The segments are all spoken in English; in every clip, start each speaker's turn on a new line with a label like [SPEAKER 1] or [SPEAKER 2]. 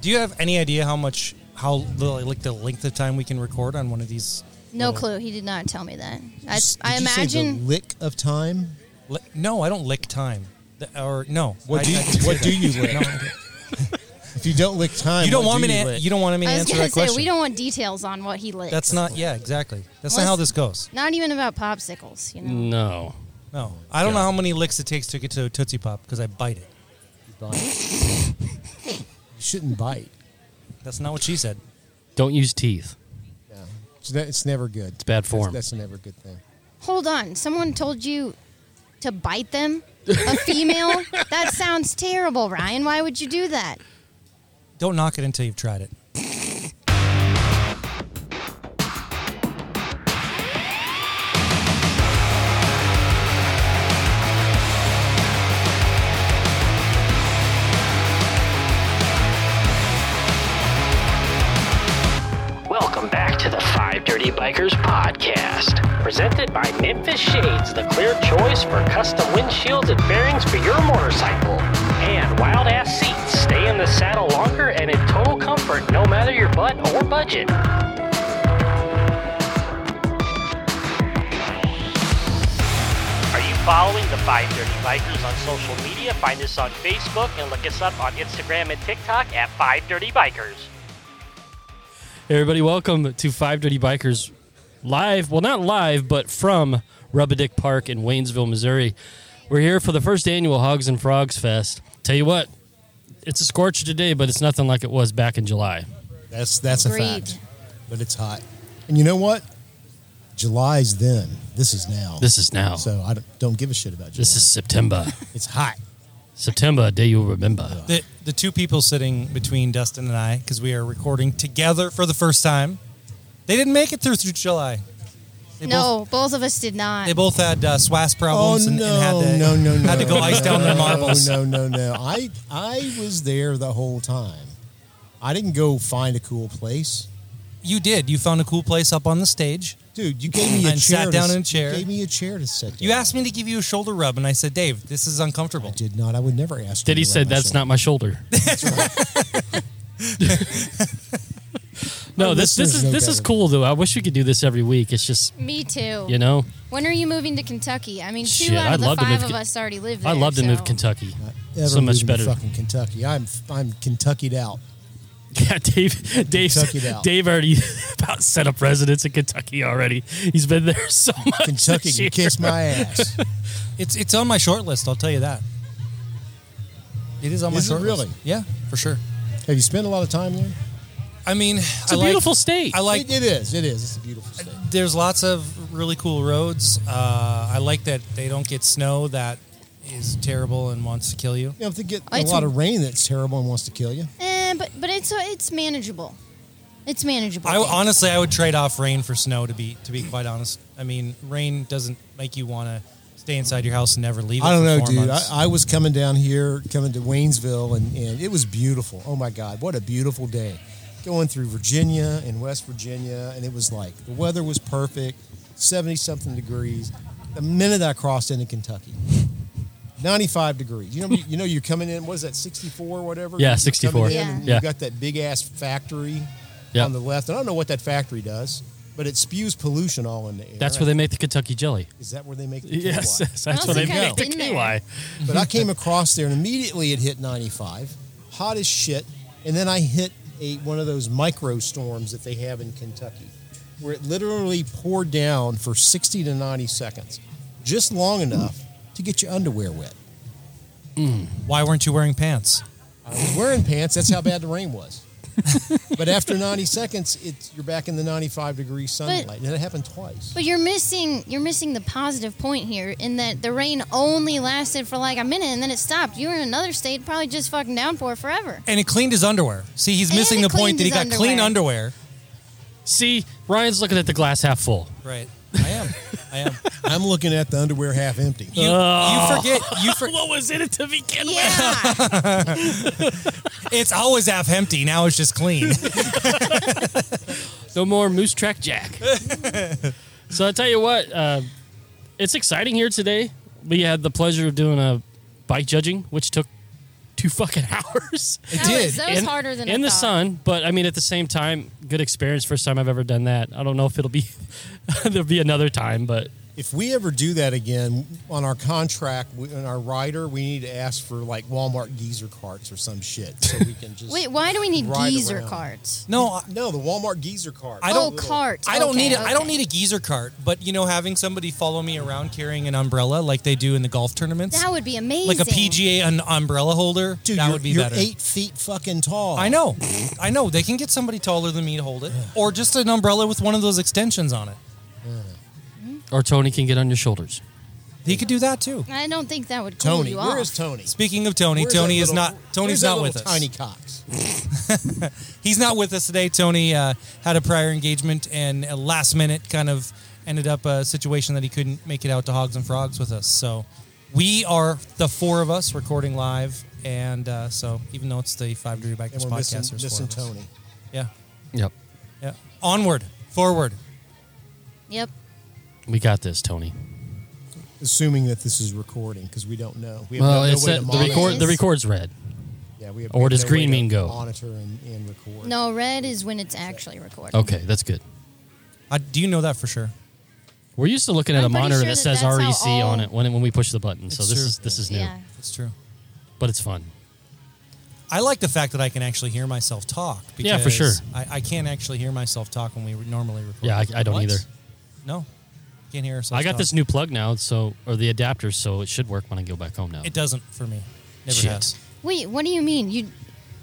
[SPEAKER 1] Do you have any idea how much, how li- like the length of time we can record on one of these?
[SPEAKER 2] No
[SPEAKER 1] little-
[SPEAKER 2] clue. He did not tell me that. I,
[SPEAKER 3] S-
[SPEAKER 2] I
[SPEAKER 3] did you say the
[SPEAKER 2] imagine
[SPEAKER 3] lick of time.
[SPEAKER 1] Li- no, I don't lick time. The- or no,
[SPEAKER 3] What
[SPEAKER 1] I-
[SPEAKER 3] do you-
[SPEAKER 1] I can say
[SPEAKER 3] what do
[SPEAKER 1] that.
[SPEAKER 3] you lick?
[SPEAKER 1] No, I don't-
[SPEAKER 3] If you don't lick time,
[SPEAKER 1] you don't
[SPEAKER 3] what
[SPEAKER 1] want
[SPEAKER 3] do
[SPEAKER 1] me to.
[SPEAKER 3] you
[SPEAKER 1] an-
[SPEAKER 3] lick?
[SPEAKER 1] You don't want me to
[SPEAKER 2] I was
[SPEAKER 1] answer
[SPEAKER 2] gonna
[SPEAKER 1] that
[SPEAKER 2] say
[SPEAKER 1] question.
[SPEAKER 2] we don't want details on what he lit.
[SPEAKER 1] That's not. Yeah, exactly. That's not
[SPEAKER 2] Unless-
[SPEAKER 1] how this goes.
[SPEAKER 2] not even about popsicles. You know,
[SPEAKER 4] No.
[SPEAKER 1] No, I don't know how many licks it takes to get to a tootsie pop because I bite it.
[SPEAKER 3] Bite. you shouldn't bite.
[SPEAKER 1] That's not what she said.
[SPEAKER 4] Don't use teeth.
[SPEAKER 3] Yeah. It's, ne- it's never good. It's
[SPEAKER 4] bad form.
[SPEAKER 3] That's, that's never a good thing.
[SPEAKER 2] hold on. Someone told you to bite them. A female? that sounds terrible, Ryan. Why would you do that?
[SPEAKER 1] Don't knock it until you've tried it.
[SPEAKER 5] Welcome back to the Five Dirty Bikers podcast, presented by Memphis Shades, the clear choice for custom windshields and bearings for your motorcycle. And wild ass seats stay in the saddle longer and in total comfort, no matter your butt or budget. Are you following the Five Dirty Bikers on social media? Find us on Facebook and look us up on Instagram and TikTok at Five Dirty Bikers.
[SPEAKER 4] Hey, everybody, welcome to Five Dirty Bikers live. Well, not live, but from Rubadick Park in Waynesville, Missouri. We're here for the first annual Hogs and Frogs Fest. Tell you what, it's a scorcher today, but it's nothing like it was back in July.
[SPEAKER 3] That's that's a
[SPEAKER 2] Agreed.
[SPEAKER 3] fact. But it's hot. And you know what? July's then. This is now.
[SPEAKER 4] This is now.
[SPEAKER 3] So I don't, don't give a shit about July.
[SPEAKER 4] This is September.
[SPEAKER 3] it's hot.
[SPEAKER 4] September, a day you'll remember.
[SPEAKER 1] The the two people sitting between Dustin and I because we are recording together for the first time. They didn't make it through through July. They
[SPEAKER 2] no, both, of us did not.
[SPEAKER 1] Both, they both had uh, swass problems and, and had to
[SPEAKER 3] Oh, no, no, no,
[SPEAKER 1] had to go ice down their
[SPEAKER 3] no,
[SPEAKER 1] marbles.
[SPEAKER 3] No, no, no. I I was there the whole time. I didn't go find a cool place,
[SPEAKER 1] You did. You found a cool place up on the stage.
[SPEAKER 3] dude. You gave me a
[SPEAKER 1] And
[SPEAKER 3] chair.
[SPEAKER 1] sat
[SPEAKER 3] to
[SPEAKER 1] down
[SPEAKER 3] s-
[SPEAKER 1] in a chair.
[SPEAKER 3] You gave me a chair to sit. Down.
[SPEAKER 1] You asked me to give you a shoulder rub, and I said, "Dave, this is
[SPEAKER 3] I
[SPEAKER 1] uncomfortable."
[SPEAKER 3] did not. I would never ask.
[SPEAKER 4] Diddy
[SPEAKER 3] you to rub
[SPEAKER 4] said,
[SPEAKER 3] my
[SPEAKER 4] That's
[SPEAKER 3] shoulder."
[SPEAKER 4] not my shoulder. no,
[SPEAKER 3] Our
[SPEAKER 4] this, this
[SPEAKER 3] listeners
[SPEAKER 4] is
[SPEAKER 3] know
[SPEAKER 4] this is
[SPEAKER 3] better.
[SPEAKER 4] cool though. I wish we could do this every week. It's just
[SPEAKER 2] me too.
[SPEAKER 4] you know,
[SPEAKER 2] When are you moving to Kentucky? I mean, two
[SPEAKER 4] Shit,
[SPEAKER 2] out of
[SPEAKER 4] I'd
[SPEAKER 2] the
[SPEAKER 4] love to
[SPEAKER 2] five
[SPEAKER 4] move
[SPEAKER 2] of
[SPEAKER 4] to-
[SPEAKER 2] us already live there.
[SPEAKER 4] I love to move
[SPEAKER 2] so-
[SPEAKER 4] Kentucky.
[SPEAKER 3] Ever
[SPEAKER 4] so much
[SPEAKER 3] moving to
[SPEAKER 4] better.
[SPEAKER 3] Fucking Kentucky. I'm I'm Kentuckied out.
[SPEAKER 4] Yeah, Dave.
[SPEAKER 3] Kentucky'd
[SPEAKER 4] Dave.
[SPEAKER 3] out.
[SPEAKER 4] Dave already about set up residence in Kentucky already. He's been there so much.
[SPEAKER 3] Kentucky
[SPEAKER 4] this
[SPEAKER 3] can
[SPEAKER 4] year.
[SPEAKER 3] kiss my ass.
[SPEAKER 1] It's it's on my short list. I'll tell you that. It is on my
[SPEAKER 3] Is it
[SPEAKER 1] short list.
[SPEAKER 3] really?
[SPEAKER 1] Yeah, for sure.
[SPEAKER 3] Have you spent a lot of time there?
[SPEAKER 1] I mean,
[SPEAKER 4] It's a beautiful state.
[SPEAKER 1] I like
[SPEAKER 3] it, it is. It is. It's a beautiful state.
[SPEAKER 1] there's lots of really cool roads. Uh, I like that they don't get snow that is terrible and wants to kill you.
[SPEAKER 3] You know, if they get
[SPEAKER 2] I
[SPEAKER 3] a lot
[SPEAKER 2] told-
[SPEAKER 3] of rain that's terrible and wants to kill you,
[SPEAKER 2] Eh, but but it's it's manageable. It's manageable.
[SPEAKER 1] I honestly, I would trade off rain for snow. To be to be quite honest, I mean, rain doesn't make you want to stay inside your house and never leave. It
[SPEAKER 3] I don't
[SPEAKER 1] for
[SPEAKER 3] know,
[SPEAKER 1] four
[SPEAKER 3] dude. I,
[SPEAKER 1] months.
[SPEAKER 3] I was coming down here, coming to Waynesville, and, and it was beautiful. Oh my God, what a beautiful day! Going through Virginia and West Virginia, and it was like the weather was perfect, seventy something degrees. The minute I crossed into Kentucky, ninety-five degrees. You know, you know, you're coming in. What is that, sixty-four, whatever?
[SPEAKER 4] Yeah,
[SPEAKER 3] You're coming
[SPEAKER 4] 64.
[SPEAKER 3] in and
[SPEAKER 4] Yeah.
[SPEAKER 3] You got that big ass factory
[SPEAKER 4] Yeah.
[SPEAKER 3] on the left, and I don't know what that factory does, but it spews pollution all in the air.
[SPEAKER 4] That's where they make the Kentucky jelly.
[SPEAKER 3] Is that where they make? The
[SPEAKER 4] Yes,
[SPEAKER 3] KY?
[SPEAKER 4] that's
[SPEAKER 2] Well,
[SPEAKER 4] where they
[SPEAKER 2] it's
[SPEAKER 4] make
[SPEAKER 2] okay.
[SPEAKER 4] the
[SPEAKER 2] It's in there.
[SPEAKER 4] KY.
[SPEAKER 3] But I came across there and immediately it hit 95, hot as shit. And then I hit a, one of those micro storms that they have in Kentucky, where it literally poured down for 60 to 90 seconds, just long enough to get your underwear wet.
[SPEAKER 1] Why weren't you wearing pants?
[SPEAKER 3] I was wearing pants, that's how bad the rain was. but after 90 seconds, it's, you're back in the 95 degree sunlight. and that happened twice.
[SPEAKER 2] But you're missing you're missing the positive point here in that the rain only lasted for like a minute and then it stopped. You were in another state, probably just fucking downpour forever.
[SPEAKER 1] And he cleaned his underwear. See, he's
[SPEAKER 2] And
[SPEAKER 1] missing
[SPEAKER 2] he
[SPEAKER 1] the point
[SPEAKER 2] cleaned
[SPEAKER 1] that he got
[SPEAKER 2] his
[SPEAKER 1] clean
[SPEAKER 2] underwear.
[SPEAKER 1] underwear.
[SPEAKER 4] See, Ryan's looking at the glass half full.
[SPEAKER 1] Right. I am. I am.
[SPEAKER 3] I'm looking at the underwear half empty.
[SPEAKER 1] You, you forget. You for,
[SPEAKER 4] What was in it to begin with?
[SPEAKER 2] Yeah.
[SPEAKER 1] It's always half empty. Now it's just clean.
[SPEAKER 4] No more Moose Track Jack. so I tell you what, uh, it's exciting here today. We had the pleasure of doing a bike judging, which took two fucking hours.
[SPEAKER 2] That
[SPEAKER 3] did.
[SPEAKER 2] was, that was harder than
[SPEAKER 4] in
[SPEAKER 2] I
[SPEAKER 4] the
[SPEAKER 2] thought.
[SPEAKER 4] sun, but I mean, at the same time, good experience. First time I've ever done that. I don't know if it'll be there'll be another time, but
[SPEAKER 3] If we ever do that again on our contract, we, on our rider, we need to ask for like Walmart geezer carts or some shit, so we can just
[SPEAKER 2] Wait, why do we need
[SPEAKER 3] Ride
[SPEAKER 2] geezer
[SPEAKER 3] around.
[SPEAKER 2] carts?
[SPEAKER 1] No, I-
[SPEAKER 3] no the Walmart geezer cart.
[SPEAKER 1] I don't-
[SPEAKER 2] oh, carts.
[SPEAKER 1] I don't
[SPEAKER 2] Okay,
[SPEAKER 1] need it. I don't
[SPEAKER 2] okay.
[SPEAKER 1] need a geezer cart, but you know, having somebody follow me around carrying an umbrella like they do in the golf tournaments,
[SPEAKER 2] That would be amazing.
[SPEAKER 1] like a PGA an umbrella holder,
[SPEAKER 3] Dude,
[SPEAKER 1] that
[SPEAKER 3] you're,
[SPEAKER 1] would be
[SPEAKER 3] you're
[SPEAKER 1] better.
[SPEAKER 3] eight feet fucking tall.
[SPEAKER 1] I know, I know. They can get somebody taller than me to hold it, or just an umbrella with one of those extensions on it.
[SPEAKER 4] or Tony can get on your shoulders.
[SPEAKER 1] He could do that too.
[SPEAKER 2] I don't think that would cool
[SPEAKER 3] Tony,
[SPEAKER 2] you
[SPEAKER 3] where
[SPEAKER 2] off.
[SPEAKER 3] is Tony?
[SPEAKER 1] Speaking of Tony,
[SPEAKER 3] Where's
[SPEAKER 1] Tony
[SPEAKER 3] that
[SPEAKER 1] is
[SPEAKER 3] little-
[SPEAKER 1] not.
[SPEAKER 3] where's
[SPEAKER 1] Tony's
[SPEAKER 3] that
[SPEAKER 1] not with
[SPEAKER 3] little
[SPEAKER 1] us.
[SPEAKER 3] Tiny Cox.
[SPEAKER 1] He's not with us today. Tony uh, had a prior engagement and a last minute kind of ended up a situation that he couldn't make it out to Hogs and Frogs with us. So we are the four of us recording live, and uh, so even though it's the Five Degree
[SPEAKER 3] And
[SPEAKER 1] Bikers
[SPEAKER 3] we're
[SPEAKER 1] podcast,
[SPEAKER 3] missing,
[SPEAKER 1] there's
[SPEAKER 3] missing
[SPEAKER 1] four of us.
[SPEAKER 3] Tony.
[SPEAKER 1] Yeah,
[SPEAKER 4] Yep,
[SPEAKER 1] yeah. Onward, forward.
[SPEAKER 2] Yep.
[SPEAKER 4] we got this, Tony.
[SPEAKER 3] Assuming that this is recording, because we don't know. We have
[SPEAKER 4] Well,
[SPEAKER 3] no, no
[SPEAKER 4] it's
[SPEAKER 3] way
[SPEAKER 4] that
[SPEAKER 3] to
[SPEAKER 4] the
[SPEAKER 3] monitor.
[SPEAKER 4] record
[SPEAKER 2] It
[SPEAKER 4] the
[SPEAKER 2] is.
[SPEAKER 4] record's red.
[SPEAKER 3] Yeah, we have,
[SPEAKER 4] or
[SPEAKER 3] we have
[SPEAKER 4] does
[SPEAKER 3] no
[SPEAKER 4] green
[SPEAKER 3] way to
[SPEAKER 4] mean go?
[SPEAKER 3] Monitor and, and record.
[SPEAKER 2] No, red is when it's actually recorded.
[SPEAKER 4] Okay, that's good.
[SPEAKER 1] I, do you know that for sure?
[SPEAKER 4] We're used to looking at
[SPEAKER 2] I'm
[SPEAKER 4] a
[SPEAKER 2] pretty
[SPEAKER 4] monitor
[SPEAKER 2] sure
[SPEAKER 4] that
[SPEAKER 2] that
[SPEAKER 4] says
[SPEAKER 2] that's how
[SPEAKER 4] REC on
[SPEAKER 2] all-
[SPEAKER 4] it when when we push the button. So
[SPEAKER 1] It's
[SPEAKER 4] this
[SPEAKER 1] true.
[SPEAKER 4] is this is new,
[SPEAKER 2] Yeah.
[SPEAKER 1] It's true.
[SPEAKER 4] but it's fun.
[SPEAKER 1] I like the fact that I can actually hear myself talk. Because
[SPEAKER 4] Yeah, for sure.
[SPEAKER 1] I, I can't actually hear myself talk when we normally record.
[SPEAKER 4] Yeah, I, I don't
[SPEAKER 1] What?
[SPEAKER 4] either.
[SPEAKER 1] No, can't hear ourselves.
[SPEAKER 4] I got
[SPEAKER 1] talk.
[SPEAKER 4] this new plug now, so or the adapter, so it should work when I go back home now.
[SPEAKER 1] It doesn't for me. Never
[SPEAKER 4] Shit.
[SPEAKER 1] has.
[SPEAKER 2] Wait, what do you mean? You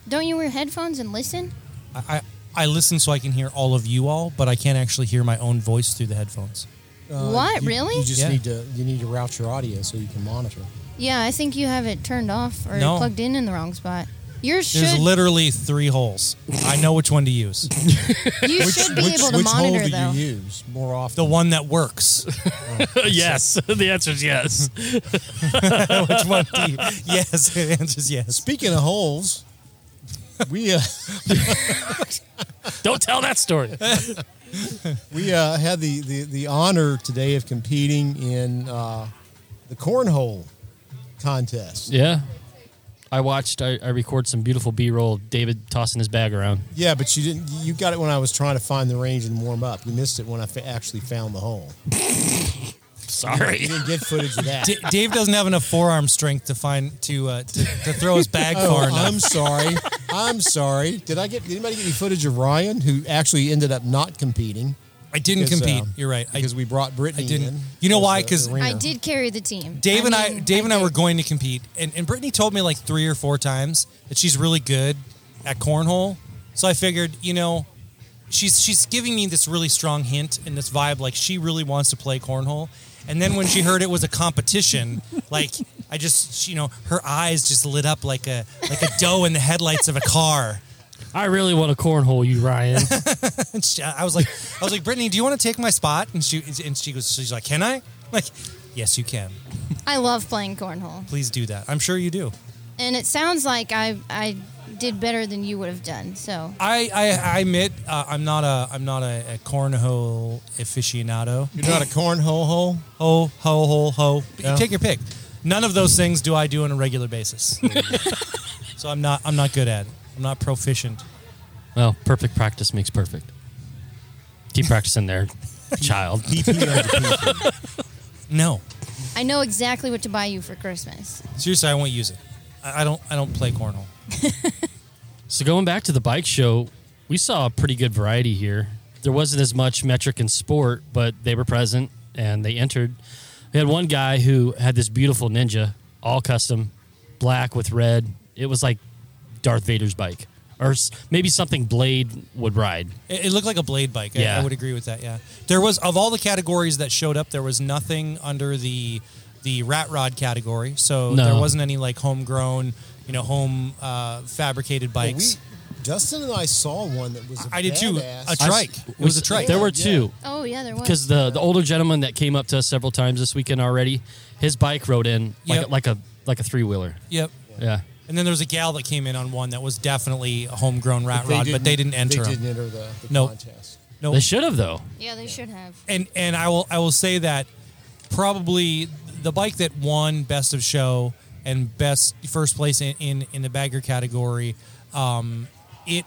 [SPEAKER 2] don't you wear headphones and listen?
[SPEAKER 1] I, I I listen so I can hear all of you all, but I can't actually hear my own voice through the headphones.
[SPEAKER 2] what?
[SPEAKER 3] Uh, You-
[SPEAKER 2] really?
[SPEAKER 3] You just
[SPEAKER 1] Yeah.
[SPEAKER 3] need to you need to route your audio so you can monitor.
[SPEAKER 2] yeah, I think you have it turned off or
[SPEAKER 1] No.
[SPEAKER 2] plugged in in the wrong spot. Yours
[SPEAKER 1] There's
[SPEAKER 2] should
[SPEAKER 1] literally three holes. I know which one to use.
[SPEAKER 2] you should be
[SPEAKER 3] which,
[SPEAKER 2] able to
[SPEAKER 3] which hole
[SPEAKER 2] monitor
[SPEAKER 3] do
[SPEAKER 2] though.
[SPEAKER 3] you use more often?
[SPEAKER 1] The one that works.
[SPEAKER 4] yes, the answer is yes.
[SPEAKER 1] which one? Do you, yes, the answer is yes.
[SPEAKER 3] Speaking of holes, we uh,
[SPEAKER 4] don't tell that story.
[SPEAKER 3] we uh, had the, the the honor today of competing in uh, the cornhole contest.
[SPEAKER 4] yeah, I watched. I, I record some beautiful B roll. of David tossing his bag around.
[SPEAKER 3] Yeah, but you didn't. You got it when I was trying to find the range and warm up. You missed it when I fa- actually found the hole.
[SPEAKER 4] Sorry.
[SPEAKER 3] You didn't get footage of that.
[SPEAKER 1] D- Dave doesn't have enough forearm strength to find to uh, to, to throw his bag
[SPEAKER 3] Oh,
[SPEAKER 1] far enough.
[SPEAKER 3] I'm sorry. I'm sorry. Did I get? Did anybody get any footage of Ryan who actually ended up not competing?
[SPEAKER 1] I didn't
[SPEAKER 3] Because,
[SPEAKER 1] compete.
[SPEAKER 3] um,
[SPEAKER 1] You're right. I,
[SPEAKER 3] because we brought Brittany
[SPEAKER 1] I didn't.
[SPEAKER 3] in.
[SPEAKER 1] You know
[SPEAKER 3] as
[SPEAKER 1] why?
[SPEAKER 3] the
[SPEAKER 1] 'Cause
[SPEAKER 3] arena.
[SPEAKER 2] I did carry the team.
[SPEAKER 1] Dave and I,
[SPEAKER 2] mean,
[SPEAKER 1] Dave and I were
[SPEAKER 2] did.
[SPEAKER 1] going to compete, and, and Brittany told me like three or four times that she's really good at cornhole. So I figured, you know, she's she's giving me this really strong hint and this vibe, like she really wants to play cornhole. And then when she heard it was a competition, like I just, she- you know, her eyes just lit up like a like a doe in the headlights of a car.
[SPEAKER 4] I really want a cornhole, you Ryan.
[SPEAKER 1] And she, I was like, I was like, Brittany, do you want to take my spot? And she and she goes, she's like, can I? I'm like, yes, you can.
[SPEAKER 2] I love playing cornhole,
[SPEAKER 1] Please do that. I'm sure you do.
[SPEAKER 2] and it sounds like I I did better than you would have done. So
[SPEAKER 1] I, I, I admit uh, I'm not a I'm not a, a cornhole aficionado.
[SPEAKER 3] You're not a cornhole hole.
[SPEAKER 1] Ho ho ho ho. But
[SPEAKER 3] Yeah.
[SPEAKER 1] You take your pick. None of those things do I do on a regular basis. so I'm not I'm not good at it. I'm not proficient.
[SPEAKER 4] well, perfect practice makes perfect. Keep practicing there, child.
[SPEAKER 1] No,
[SPEAKER 2] I know exactly what to buy you for Christmas.
[SPEAKER 1] seriously, I won't use it. I, I don't I don't play cornhole.
[SPEAKER 4] So going back to the bike show, we saw a pretty good variety here. There wasn't as much metric and sport, but they were present and they entered. We had one guy who had this beautiful ninja, all custom, black with red. It was like Darth Vader's bike, or s- maybe something Blade would ride.
[SPEAKER 1] It, it looked like a blade bike. I,
[SPEAKER 4] Yeah.
[SPEAKER 1] I would agree with that. Yeah, there was of all the categories that showed up, there was nothing under the the rat rod category. So
[SPEAKER 4] No.
[SPEAKER 1] there wasn't any like homegrown, you know, home uh, fabricated
[SPEAKER 3] Well,
[SPEAKER 1] bikes.
[SPEAKER 3] we, Dustin and I saw one that was. I
[SPEAKER 1] I did too. A
[SPEAKER 4] I s-
[SPEAKER 1] trike. It was a trike.
[SPEAKER 4] There were
[SPEAKER 3] Yeah.
[SPEAKER 4] two.
[SPEAKER 2] Oh yeah, there was
[SPEAKER 4] because the the older gentleman that came up to us several times this weekend already, his bike rode in like
[SPEAKER 1] Yep.
[SPEAKER 4] like a like a three wheeler.
[SPEAKER 1] Yep.
[SPEAKER 4] Yeah.
[SPEAKER 1] And then there was a gal that came in on one that was definitely a homegrown rat rod, but they didn't enter.
[SPEAKER 3] They
[SPEAKER 1] 'em.
[SPEAKER 3] didn't enter the, the
[SPEAKER 1] Nope.
[SPEAKER 3] contest.
[SPEAKER 1] No.
[SPEAKER 4] they should have though.
[SPEAKER 2] yeah they should have.
[SPEAKER 1] And and I will I will say that probably the bike that won best of show and best first place in in, in the bagger category. Um, it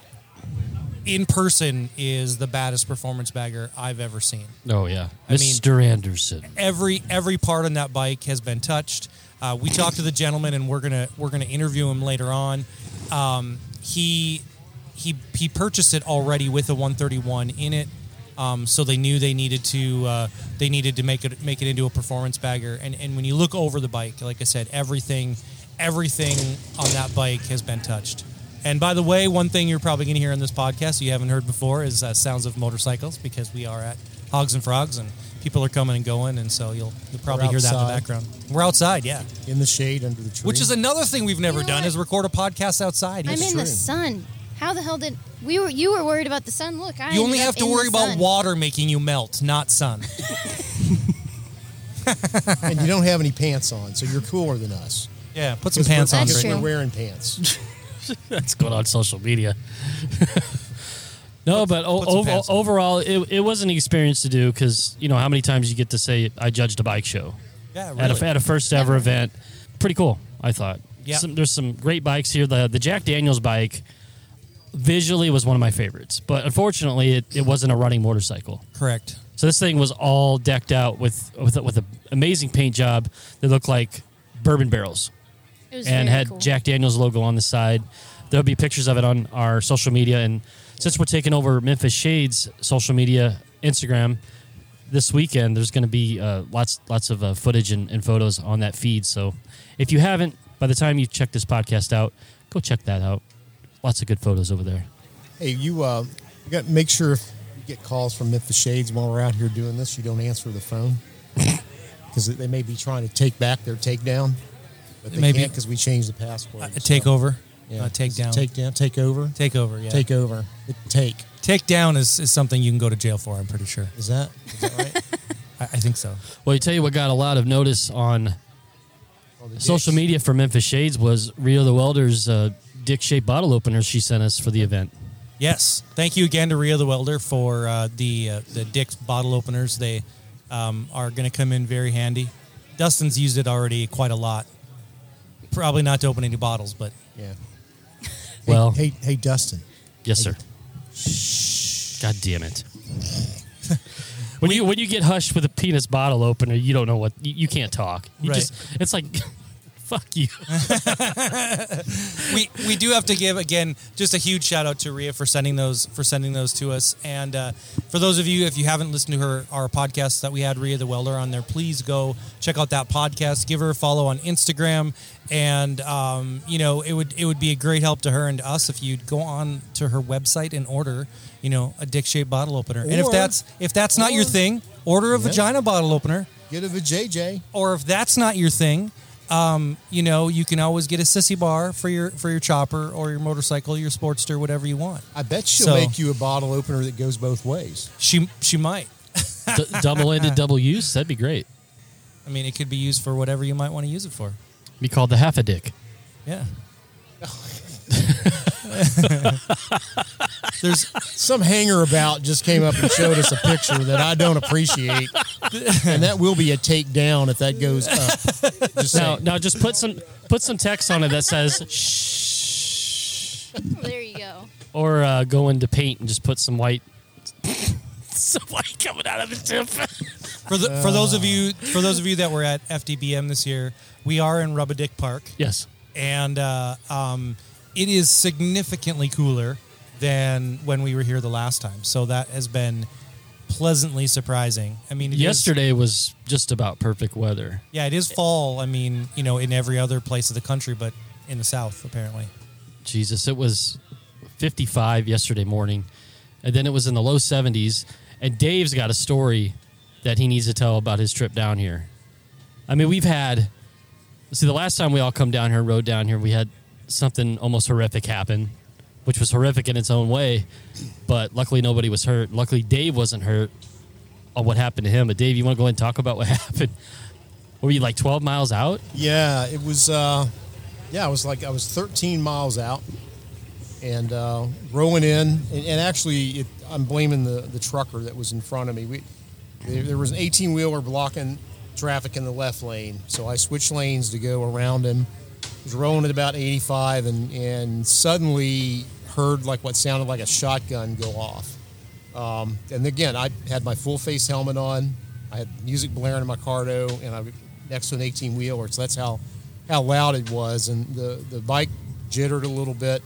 [SPEAKER 1] in person is the baddest performance bagger I've ever seen.
[SPEAKER 4] Oh yeah,
[SPEAKER 1] I mean-
[SPEAKER 4] Mr. Anderson.
[SPEAKER 1] Every every part on that bike has been touched. Uh, we talked to the gentleman, and we're gonna we're gonna interview him later on. Um, he he he purchased it already with a 131 in it, um, so they knew they needed to uh, they needed to make it make it into a performance bagger. And and when you look over the bike, like I said, everything everything on that bike has been touched. And by the way, one thing you're probably going to hear on this podcast you haven't heard before is uh, sounds of motorcycles because we are at Hogs and Frogs and people are coming and going, and so you'll you'll probably hear
[SPEAKER 3] We're
[SPEAKER 1] that in the
[SPEAKER 3] outside.
[SPEAKER 1] background. We're outside, yeah.
[SPEAKER 3] in the shade under the tree.
[SPEAKER 1] Which is another thing we've never
[SPEAKER 2] You know
[SPEAKER 1] done
[SPEAKER 2] what?
[SPEAKER 1] is record a podcast outside.
[SPEAKER 2] I'm
[SPEAKER 1] It's
[SPEAKER 2] in
[SPEAKER 1] true.
[SPEAKER 2] the sun. How the hell did we were you were worried about the sun? Look, I
[SPEAKER 1] You only
[SPEAKER 2] ended up
[SPEAKER 1] have to
[SPEAKER 2] in the
[SPEAKER 1] worry about
[SPEAKER 2] sun.
[SPEAKER 1] water making you melt, not sun.
[SPEAKER 3] and you don't have any pants on, so you're cooler than us.
[SPEAKER 1] Yeah, put some
[SPEAKER 3] 'Cause we're-
[SPEAKER 1] pants on.
[SPEAKER 2] That's
[SPEAKER 3] because
[SPEAKER 1] Brittany.
[SPEAKER 2] true.
[SPEAKER 3] We're wearing pants.
[SPEAKER 4] That's going on social media. no, but o-
[SPEAKER 1] put some
[SPEAKER 4] ov-
[SPEAKER 1] pants on.
[SPEAKER 4] overall, it, it was an experience to do because you know how many times you get to say I judged a bike show
[SPEAKER 1] Yeah,
[SPEAKER 4] at,
[SPEAKER 1] really.
[SPEAKER 4] a, at a first ever event. Pretty cool, I thought.
[SPEAKER 1] Yeah.
[SPEAKER 4] Some, there's some great bikes here. The the Jack Daniels bike visually was one of my favorites, but unfortunately, it, it wasn't a running motorcycle.
[SPEAKER 1] Correct.
[SPEAKER 4] So this thing was all decked out with with with an amazing paint job that looked like bourbon barrels
[SPEAKER 2] It was
[SPEAKER 4] and
[SPEAKER 2] very
[SPEAKER 4] had
[SPEAKER 2] cool.
[SPEAKER 4] Jack Daniels logo on the side. There'll be pictures of it on our social media, and since we're taking over Memphis Shades social media Instagram this weekend, there's going to be uh, lots lots of uh, footage and, and photos on that feed. So if you haven't, by the time you check this podcast out, go check that out. Lots of good photos over there.
[SPEAKER 3] hey, you, uh, you got to make sure if you get calls from Memphis Shades while we're out here doing this, you don't answer the phone because they may be trying to take back their takedown, but they
[SPEAKER 1] Maybe. Uh,
[SPEAKER 3] can't because we changed the password.
[SPEAKER 1] A
[SPEAKER 3] so-
[SPEAKER 1] takeover,
[SPEAKER 3] Yeah.
[SPEAKER 1] not Uh, take down.
[SPEAKER 3] Take down. Take over.
[SPEAKER 1] Take over, yeah.
[SPEAKER 3] Take over. Take.
[SPEAKER 1] Take down is, is something you can go to jail for, I'm pretty sure.
[SPEAKER 3] Is that, is that right?
[SPEAKER 1] I, I think so.
[SPEAKER 4] Well, you tell you what got a lot of notice on
[SPEAKER 3] All the
[SPEAKER 4] social
[SPEAKER 3] dicks.
[SPEAKER 4] media for Memphis Shades was Rio the Welder's uh, dick shaped bottle opener she sent us for the event.
[SPEAKER 1] Yes. Thank you again to Rio the Welder for uh, the uh, the Dick's bottle openers. They um, are going to come in very handy. Dustin's used it already quite a lot. Probably not to open any bottles, but
[SPEAKER 3] Yeah.
[SPEAKER 4] Well,
[SPEAKER 3] hey, hey, Dustin.
[SPEAKER 4] yes, sir. God damn it. When you when you get hushed with a penis bottle opener, you don't know what you, you can't talk. You
[SPEAKER 1] Right.
[SPEAKER 4] just it's like fuck you.
[SPEAKER 1] we we do have to give again just a huge shout out to Ria for sending those for sending those to us. And uh, for those of you, if you haven't listened to her our podcast that we had Ria the Welder on there, please go check out that podcast. Give her a follow on Instagram, and um, you know it would it would be a great help to her and to us if you'd go on to her website and order you know a dick shaped bottle opener. and if
[SPEAKER 3] Or-
[SPEAKER 1] that's if that's not your
[SPEAKER 3] or-
[SPEAKER 1] thing, order a
[SPEAKER 3] Yeah.
[SPEAKER 1] vagina bottle opener
[SPEAKER 3] Get a JJ.
[SPEAKER 1] or if that's not your thing, um, you know, you can always get a sissy bar for your for your chopper or your motorcycle, your sportster, whatever you want.
[SPEAKER 3] I bet she'll
[SPEAKER 1] So-
[SPEAKER 3] make you a bottle opener that goes both ways.
[SPEAKER 1] She she might.
[SPEAKER 4] D- double ended double use, that'd be great.
[SPEAKER 1] I mean, it could be used for whatever you might want to use it for.
[SPEAKER 4] Be called the half a dick.
[SPEAKER 1] Yeah. There's
[SPEAKER 3] Some hanger about just came up and showed us a picture that I don't appreciate, and that will be a takedown if that goes up. Just
[SPEAKER 4] Now
[SPEAKER 3] saying.
[SPEAKER 4] now just put some put some text on it that says shh
[SPEAKER 2] Oh, There you go.
[SPEAKER 4] or uh, go into paint and just put some white some white coming out of the tip.
[SPEAKER 1] for the, for those of you for those of you that were at FDBM this year, we are in Rubberdick Park.
[SPEAKER 4] Yes.
[SPEAKER 1] and uh, um, it is significantly cooler than when we were here the last time. So that has been pleasantly surprising. I mean, it is-
[SPEAKER 4] Yesterday was just about perfect weather.
[SPEAKER 1] yeah, it is fall. I mean, you know, in every other place of the country, but in the South, apparently.
[SPEAKER 4] Jesus, it was 55 yesterday morning, and then it was in the low 70s. And Dave's got a story that he needs to tell about his trip down here. I mean, we've had see the last time we all come down here, and rode down here, we had something almost horrific happen, which was horrific in its own way. But luckily, nobody was hurt. Luckily, Dave wasn't hurt on what happened to him. But Dave, you want to go ahead and talk about what happened? Were you like 12 miles out?
[SPEAKER 3] yeah, it was. Uh, yeah, I was like I was 13 miles out, and uh, rolling in, and, and actually, it, I'm blaming the the trucker that was in front of me. We, there, there was an 18 wheeler blocking traffic in the left lane, so I switched lanes to go around him. was rolling at about 85 and, and suddenly heard like what sounded like a shotgun go off. Um, and again, I had my full face helmet on. I had music blaring in my cardo, and I was next to an 18 wheeler, so that's how how loud it was. And the the bike jittered a little bit,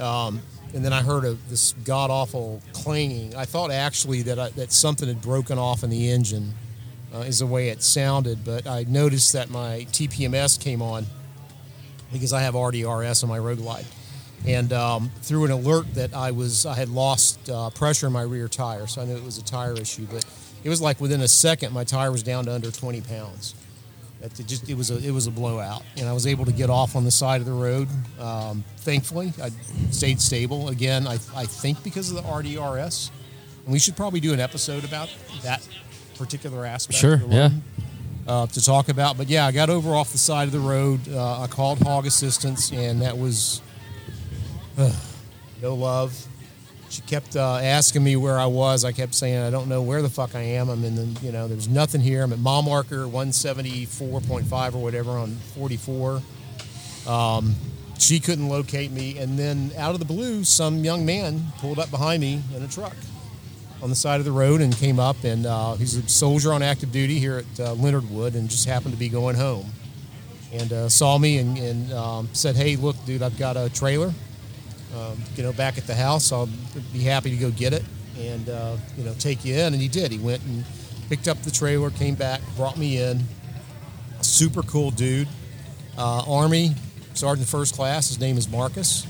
[SPEAKER 3] um, and then I heard a, this god awful clanging. I thought actually that I, that something had broken off in the engine, uh, is the way it sounded. But I noticed that my TPMS came on because I have RDRS on my road glide. And um, through an alert that I was, I had lost uh, pressure in my rear tire, so I knew it was a tire issue. But it was like within a second, my tire was down to under 20 pounds. That It just it was a it was a blowout, and I was able to get off on the side of the road. Um, thankfully, I stayed stable. Again, I, I think because of the RDRS, and we should probably do an episode about that particular aspect.
[SPEAKER 4] Sure,
[SPEAKER 3] alone
[SPEAKER 4] yeah.
[SPEAKER 3] uh, to talk about. But yeah, I got over off the side of the road. Uh, I called Hog Assistance, and that was ugh, no love. She kept uh, asking me where I was. I kept saying, I don't know where the fuck I am. I'm in the, you know, there's nothing here. I'm at mile marker 174.5 or whatever on 44. Um, she couldn't locate me. And then out of the blue, some young man pulled up behind me in a truck on the side of the road and came up and uh, he's a soldier on active duty here at uh, Leonard Wood and just happened to be going home and uh, saw me and, and um, said, "Hey, look, dude, I've got a trailer, um, you know, back at the house. I'll be happy to go get it and uh, you know take you in." And he did. He went and picked up the trailer, came back, brought me in. Super cool dude, uh, Army Sergeant First Class. His name is Marcus.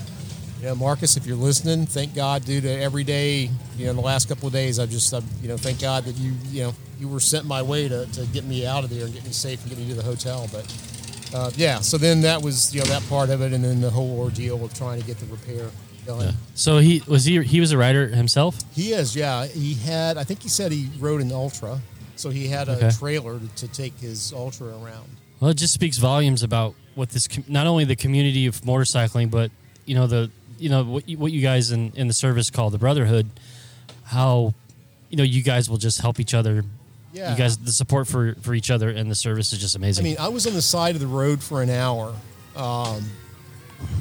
[SPEAKER 3] You know, Marcus, if you're listening, thank God, dude. uh, Every day, you know, the last couple of days, I've just, I've, you know, thank God that you, you know, you were sent my way to, to get me out of there and get me safe and get me to the hotel. But uh, yeah, so then that was, you know, that part of it, and then the whole ordeal of trying to get the repair done.
[SPEAKER 4] So he was he he was a rider himself.
[SPEAKER 3] He is, yeah. He had, I think he said he rode an Ultra, so he had a
[SPEAKER 4] Okay.
[SPEAKER 3] trailer to, to take his Ultra around.
[SPEAKER 4] Well, it just speaks volumes about what this com- not only the community of motorcycling, but you know the you know what you, what you guys in in the service call the brotherhood. How you know you guys will just help each other.
[SPEAKER 3] Yeah.
[SPEAKER 4] You guys, the support for for each other and the service is just
[SPEAKER 3] I
[SPEAKER 4] amazing.
[SPEAKER 3] mean, I was on the side of the road for an hour um,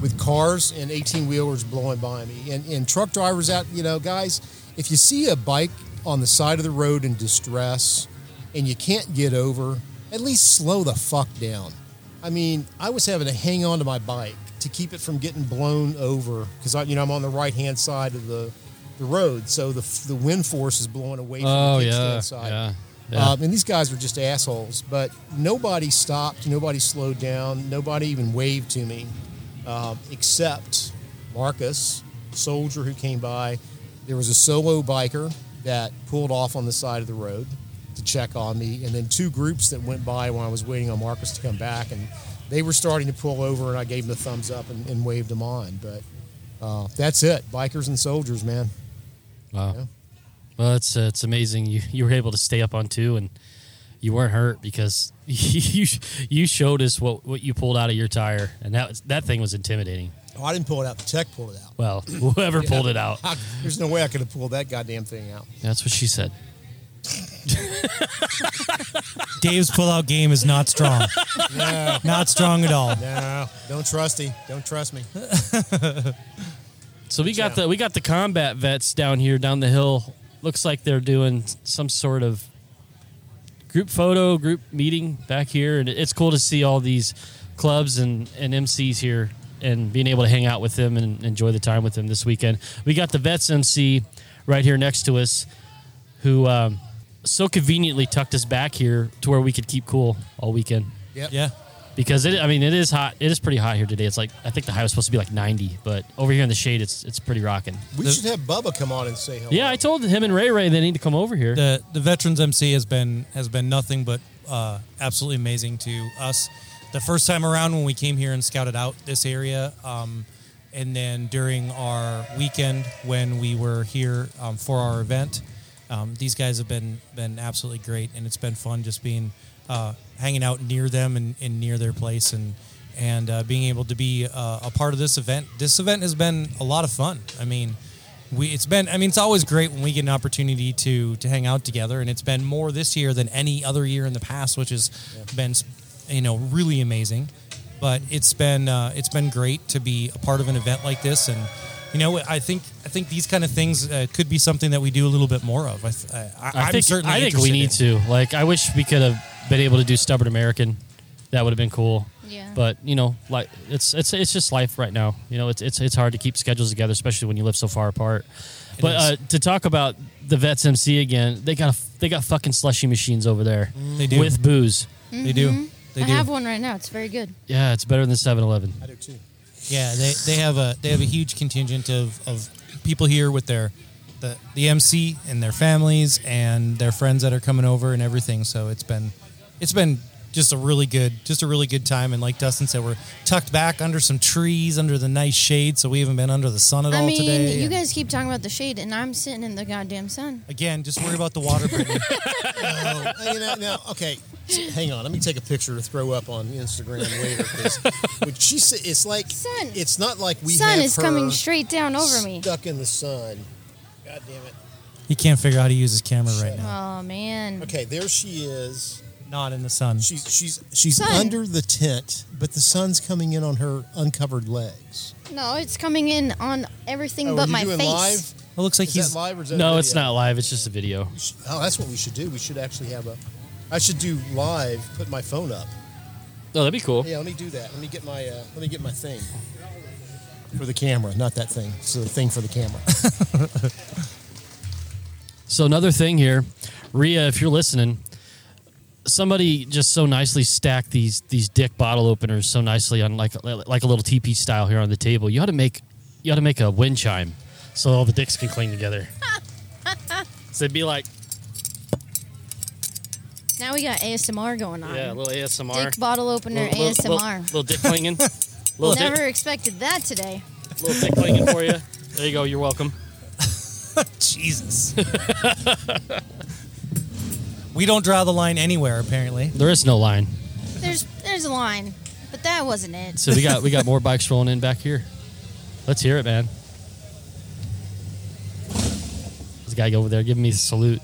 [SPEAKER 3] with cars and 18 wheelers blowing by me. And, and truck drivers out, you know, guys, if you see a bike on the side of the road in distress and you can't get over, at least slow the fuck down. I mean, I was having to hang on to my bike to keep it from getting blown over because I, you know, I'm on the right hand side of the, the road, so the, f- the wind force is blowing away from
[SPEAKER 4] oh
[SPEAKER 3] the
[SPEAKER 4] yeah,
[SPEAKER 3] kickstand side.
[SPEAKER 4] yeah, yeah.
[SPEAKER 3] Um, and these guys were just assholes, but nobody stopped, nobody slowed down, nobody even waved to me, um, except Marcus, soldier who came by. There was a solo biker that pulled off on the side of the road to check on me, and then two groups that went by when I was waiting on Marcus to come back, and they were starting to pull over, and I gave them a thumbs up and, and waved them on. But uh, that's it, bikers and soldiers, man.
[SPEAKER 4] wow.
[SPEAKER 3] yeah.
[SPEAKER 4] Well, it's uh, it's amazing you you were able to stay up on two and you weren't hurt because you you showed us what what you pulled out of your tire and that was- that thing was intimidating.
[SPEAKER 3] Oh, I didn't pull it out; the tech pulled it out.
[SPEAKER 4] Well, whoever pulled it out.
[SPEAKER 3] I- there's no way I could have pulled that goddamn thing out.
[SPEAKER 4] That's what she said.
[SPEAKER 1] Dave's pullout game is not strong.
[SPEAKER 3] No,
[SPEAKER 1] not strong at all.
[SPEAKER 3] no, don't trust him. Don't trust me.
[SPEAKER 4] So we got the we got the combat vets down here down the hill. Looks like they're doing some sort of group photo, group meeting back here, and it's cool to see all these clubs and and MCs here and being able to hang out with them and enjoy the time with them this weekend. We got the vets MC right here next to us, who um, so conveniently tucked us back here to where we could keep cool all weekend.
[SPEAKER 3] Yep.
[SPEAKER 1] Yeah.
[SPEAKER 4] because it, I mean, it is hot. It is pretty hot here today. It's like I think the high was supposed to be like 90, but over here in the shade, it's it's pretty rocking.
[SPEAKER 3] We should have Bubba come on and say hello.
[SPEAKER 4] Yeah, I told him and Ray Ray they need to come over here.
[SPEAKER 1] The the veterans MC has been has been nothing but uh, absolutely amazing to us. The first time around when we came here and scouted out this area, um, and then during our weekend when we were here um, for our event, um, these guys have been been absolutely great, and it's been fun just being uh, hanging out near them and, and near their place and. And uh, being able to be uh, a part of this event, this event has been a lot of fun. I mean, we it's been i mean it's always great when we get an opportunity to to hang out together and it's been more this year than any other year in the past which has been you know really amazing but it's been uh, it's been great to be a part of an event like this, and you know, I think I think these kind of things uh, could be something that we do a little bit more of. I, th- I,
[SPEAKER 4] I
[SPEAKER 1] I'm
[SPEAKER 4] think
[SPEAKER 1] certainly
[SPEAKER 4] I think we
[SPEAKER 1] interested
[SPEAKER 4] need
[SPEAKER 1] in.
[SPEAKER 4] to. Like, I wish we could have been able to do Stubborn American. That would have been cool.
[SPEAKER 2] Yeah.
[SPEAKER 4] But you know, like it's it's it's just life right now. You know, it's it's it's hard to keep schedules together, especially when you live so far apart. but
[SPEAKER 1] is.
[SPEAKER 4] uh, to talk about the Vets MC again, they got a, they got fucking slushy machines over there
[SPEAKER 1] They do.
[SPEAKER 4] with booze.
[SPEAKER 1] They do. They
[SPEAKER 2] Mm-hmm. I
[SPEAKER 1] do.
[SPEAKER 2] have one right now. It's very good.
[SPEAKER 4] Yeah, it's better than 7-Eleven.
[SPEAKER 3] I do too.
[SPEAKER 1] Yeah, they, they have a they have a huge contingent of, of people here with their the, the MC and their families and their friends that are coming over and everything. So it's been it's been just a really good just a really good time. And like Dustin said, we're tucked back under some trees under the nice shade, so we haven't been under the sun at
[SPEAKER 2] I
[SPEAKER 1] all
[SPEAKER 2] mean,
[SPEAKER 1] today.
[SPEAKER 2] you
[SPEAKER 1] And
[SPEAKER 2] guys keep talking about the shade, and I'm sitting in the goddamn sun.
[SPEAKER 1] Again, just worry about the water. Brittany.
[SPEAKER 3] Oh, you know, now, okay, t- hang on. Let me take a picture to throw up on Instagram later. 'cause when she said, it's like
[SPEAKER 2] Sun.
[SPEAKER 3] it's not like we
[SPEAKER 2] sun
[SPEAKER 3] have
[SPEAKER 2] is
[SPEAKER 3] her
[SPEAKER 2] coming straight down over me.
[SPEAKER 3] stuck in the sun. God damn it.
[SPEAKER 1] he can't figure out how to use his camera right now.
[SPEAKER 2] Oh man.
[SPEAKER 3] Okay, there she is.
[SPEAKER 1] Not in the sun.
[SPEAKER 3] She's she's she's
[SPEAKER 2] Sun.
[SPEAKER 3] under the tent, but the sun's coming in on her uncovered legs.
[SPEAKER 2] No, it's coming in on everything
[SPEAKER 3] Oh, are
[SPEAKER 2] but
[SPEAKER 3] you
[SPEAKER 2] my
[SPEAKER 3] doing
[SPEAKER 2] face.
[SPEAKER 3] live?
[SPEAKER 1] It looks like
[SPEAKER 3] Is
[SPEAKER 1] he's
[SPEAKER 3] that live or is that
[SPEAKER 4] No,
[SPEAKER 3] video?
[SPEAKER 4] it's not live. It's just a video.
[SPEAKER 3] We should- Oh, that's what we should do. We should actually have a. I should do live. Put my phone up.
[SPEAKER 4] Oh, that'd be cool.
[SPEAKER 3] Yeah, let me do that. Let me get my uh, let me get my thing for the camera. Not that thing. It's the thing for the camera.
[SPEAKER 4] So another thing here, Rhea, if you're listening, somebody just so nicely stacked these these dick bottle openers so nicely on like like a little teepee style here on the table. You ought to make you ought to make a wind chime so all the dicks can cling together. so it'd be like
[SPEAKER 2] Now we got ASMR going on.
[SPEAKER 4] yeah, a little ASMR,
[SPEAKER 2] Dick bottle opener
[SPEAKER 4] little, little-
[SPEAKER 2] ASMR.
[SPEAKER 4] little, little dick clinging, little
[SPEAKER 2] Never
[SPEAKER 4] dick,
[SPEAKER 2] expected that today.
[SPEAKER 4] little dick clinging for you. There you go. You're welcome.
[SPEAKER 1] Jesus. we don't draw the line anywhere, apparently.
[SPEAKER 4] There is no line,
[SPEAKER 2] There's there's a line, but that wasn't it.
[SPEAKER 4] so we got we got more bikes rolling in back here. Let's hear it, man. This guy over there giving me a salute.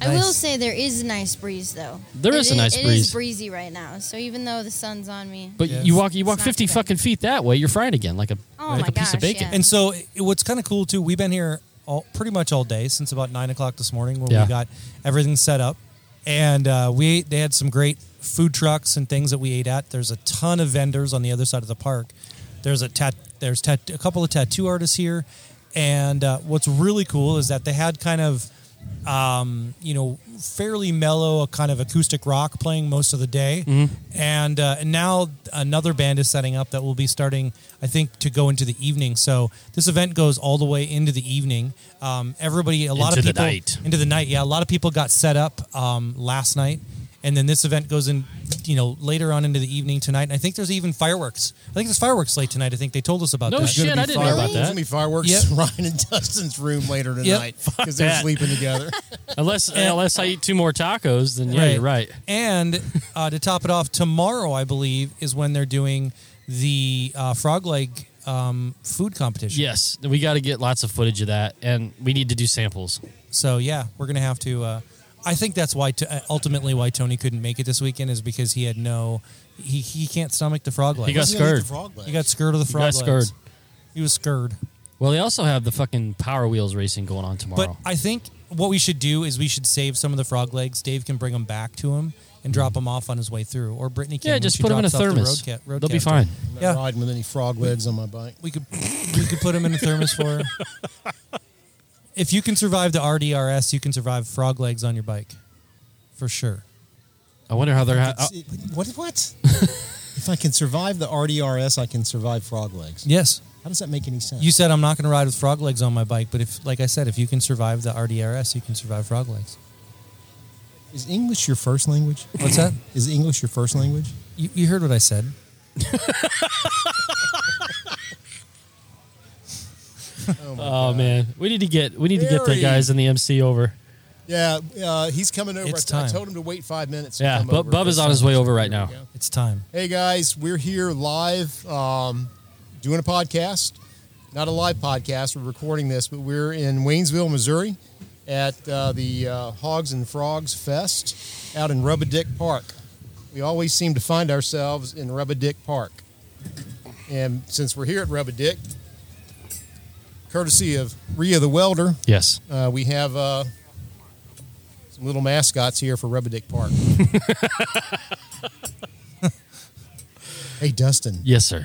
[SPEAKER 2] I will
[SPEAKER 1] Nice.
[SPEAKER 2] say there is a nice breeze though.
[SPEAKER 4] There
[SPEAKER 2] There
[SPEAKER 4] is
[SPEAKER 2] is
[SPEAKER 4] a nice
[SPEAKER 2] It
[SPEAKER 4] breeze.
[SPEAKER 2] is breezy right now, so even though the sun's on me,
[SPEAKER 4] But
[SPEAKER 1] Yeah.
[SPEAKER 4] you walk you
[SPEAKER 2] It's
[SPEAKER 4] walk
[SPEAKER 2] not
[SPEAKER 4] fifty
[SPEAKER 2] too bad.
[SPEAKER 4] fucking feet that way, you're frying again like a
[SPEAKER 2] Oh
[SPEAKER 4] like
[SPEAKER 2] my
[SPEAKER 4] a piece of
[SPEAKER 2] gosh,
[SPEAKER 4] bacon.
[SPEAKER 2] yeah.
[SPEAKER 1] And so, it- what's kind of cool too, we've been here all, pretty much all day since about nine o'clock this morning when
[SPEAKER 4] Yeah.
[SPEAKER 1] we got everything set up, and uh, we ate, they had some great food trucks and things that we ate at. There's a ton of vendors on the other side of the park. There's a tat, there's tat, a couple of tattoo artists here, and uh, what's really cool is that they had kind of um, you know, fairly mellow, a kind of acoustic rock playing most of the day.
[SPEAKER 4] Mm-hmm.
[SPEAKER 1] And, uh, and now another band is setting up that will be starting, I think, to go into the evening. So this event goes all the way into the evening. Um, everybody, a lot
[SPEAKER 4] Into
[SPEAKER 1] of
[SPEAKER 4] the
[SPEAKER 1] people
[SPEAKER 4] night.
[SPEAKER 1] into the night. Yeah, a lot of people got set up um, last night, and then this event goes in, you know, later on into the evening tonight. And I think there's even fireworks. I think there's fireworks late tonight. I think they told us about
[SPEAKER 4] No
[SPEAKER 1] that.
[SPEAKER 4] shit, I didn't know
[SPEAKER 2] fireworks.
[SPEAKER 4] about
[SPEAKER 3] There's gonna
[SPEAKER 4] that.
[SPEAKER 3] be fireworks
[SPEAKER 1] Yep.
[SPEAKER 3] in Ryan and Dustin's room later tonight because they're
[SPEAKER 4] that.
[SPEAKER 3] sleeping together.
[SPEAKER 4] Unless unless I eat two more tacos, then yeah, you're right.
[SPEAKER 1] And uh, to top it off, tomorrow I believe is when they're doing the uh, frog leg um, food competition.
[SPEAKER 4] Yes, we got to get lots of footage of that, and we need to do samples.
[SPEAKER 1] So yeah, we're gonna have to. Uh, I think that's why t- uh, ultimately why Tony couldn't make it this weekend is because he had no. He, he can't stomach the frog leg.
[SPEAKER 4] He got
[SPEAKER 3] Who's gonna eat the
[SPEAKER 4] scared.
[SPEAKER 3] frog legs?
[SPEAKER 1] he got scared of the frog
[SPEAKER 4] got
[SPEAKER 1] legs.
[SPEAKER 4] scared.
[SPEAKER 1] He was scared.
[SPEAKER 4] Well, they also have the fucking Power Wheels racing going on
[SPEAKER 1] But
[SPEAKER 4] tomorrow.
[SPEAKER 1] I think what we should do is we should save some of the frog legs. Dave can bring them back to him and drop them off on his way through, or Brittany can.
[SPEAKER 4] Hmm. yeah,
[SPEAKER 1] when
[SPEAKER 4] just
[SPEAKER 1] she
[SPEAKER 4] put them in a
[SPEAKER 1] drops off the
[SPEAKER 4] thermos.
[SPEAKER 1] road ca- road
[SPEAKER 4] They'll be
[SPEAKER 1] captain.
[SPEAKER 4] fine.
[SPEAKER 3] I'm not
[SPEAKER 1] Yeah.
[SPEAKER 3] riding with any frog legs on my bike.
[SPEAKER 1] we could we could put him in a thermos for her. If you can survive the RDRS, you can survive frog legs on your bike, for sure.
[SPEAKER 4] I wonder how they're. Ha-
[SPEAKER 1] Uh,
[SPEAKER 3] It's- it- what? What? if I can survive the RDRS, I can survive frog legs.
[SPEAKER 1] Yes,
[SPEAKER 3] How does that make any sense?
[SPEAKER 1] you said I'm not going to ride with frog legs on my bike, but if, like I said, if you can survive the RDRS, you can survive frog legs.
[SPEAKER 3] Is English your first language?
[SPEAKER 1] What's that?
[SPEAKER 3] Is English your first language?
[SPEAKER 1] You, you heard what I said.
[SPEAKER 4] oh man, we need to get we need to get the
[SPEAKER 3] Very-
[SPEAKER 4] guys in the MC over.
[SPEAKER 3] Yeah, uh, he's coming over.
[SPEAKER 1] It's
[SPEAKER 3] I t- I
[SPEAKER 1] time.
[SPEAKER 3] told him to wait five minutes. to
[SPEAKER 4] Yeah,
[SPEAKER 3] come
[SPEAKER 4] Bu-
[SPEAKER 3] over.
[SPEAKER 4] Bubba's
[SPEAKER 3] It's
[SPEAKER 4] on his
[SPEAKER 3] time.
[SPEAKER 4] way over right
[SPEAKER 3] There
[SPEAKER 4] now.
[SPEAKER 3] we go.
[SPEAKER 1] It's time.
[SPEAKER 3] Hey guys, we're here live, um, doing a podcast. Not a live podcast. We're recording this, but we're in Waynesville, Missouri, at uh, the uh, Hogs and Frogs Fest out in Rubadick Park. we always seem to find ourselves in Rubba Dick Park. And since we're here at Rubba Dick, courtesy of Rhea the Welder,
[SPEAKER 4] Yes.
[SPEAKER 3] uh, we have uh, some little mascots here for Rubba Dick Park. hey, Dustin.
[SPEAKER 4] Yes, sir.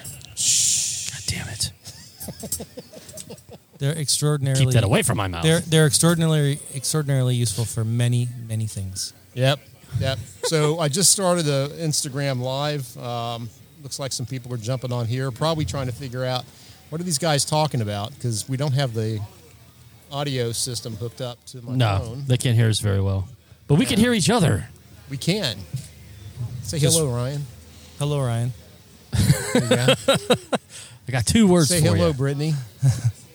[SPEAKER 4] God damn it.
[SPEAKER 1] They're extraordinarily
[SPEAKER 4] Keep that away from my mouth.
[SPEAKER 1] They're they're extraordinarily extraordinarily useful for many many things.
[SPEAKER 3] Yep. Yep. so I just started a Instagram live. Um, looks like some people are jumping on here, probably trying to figure out what are these guys talking about because we don't have the audio system hooked up to my
[SPEAKER 4] No,
[SPEAKER 3] phone.
[SPEAKER 4] they can't hear us very well. But we can hear each other.
[SPEAKER 3] We can. Say
[SPEAKER 1] Just-
[SPEAKER 3] hello, Ryan.
[SPEAKER 1] Hello, Ryan.
[SPEAKER 3] There you go.
[SPEAKER 4] I got two words
[SPEAKER 3] Say
[SPEAKER 4] for
[SPEAKER 3] hello,
[SPEAKER 4] you.
[SPEAKER 3] Brittany.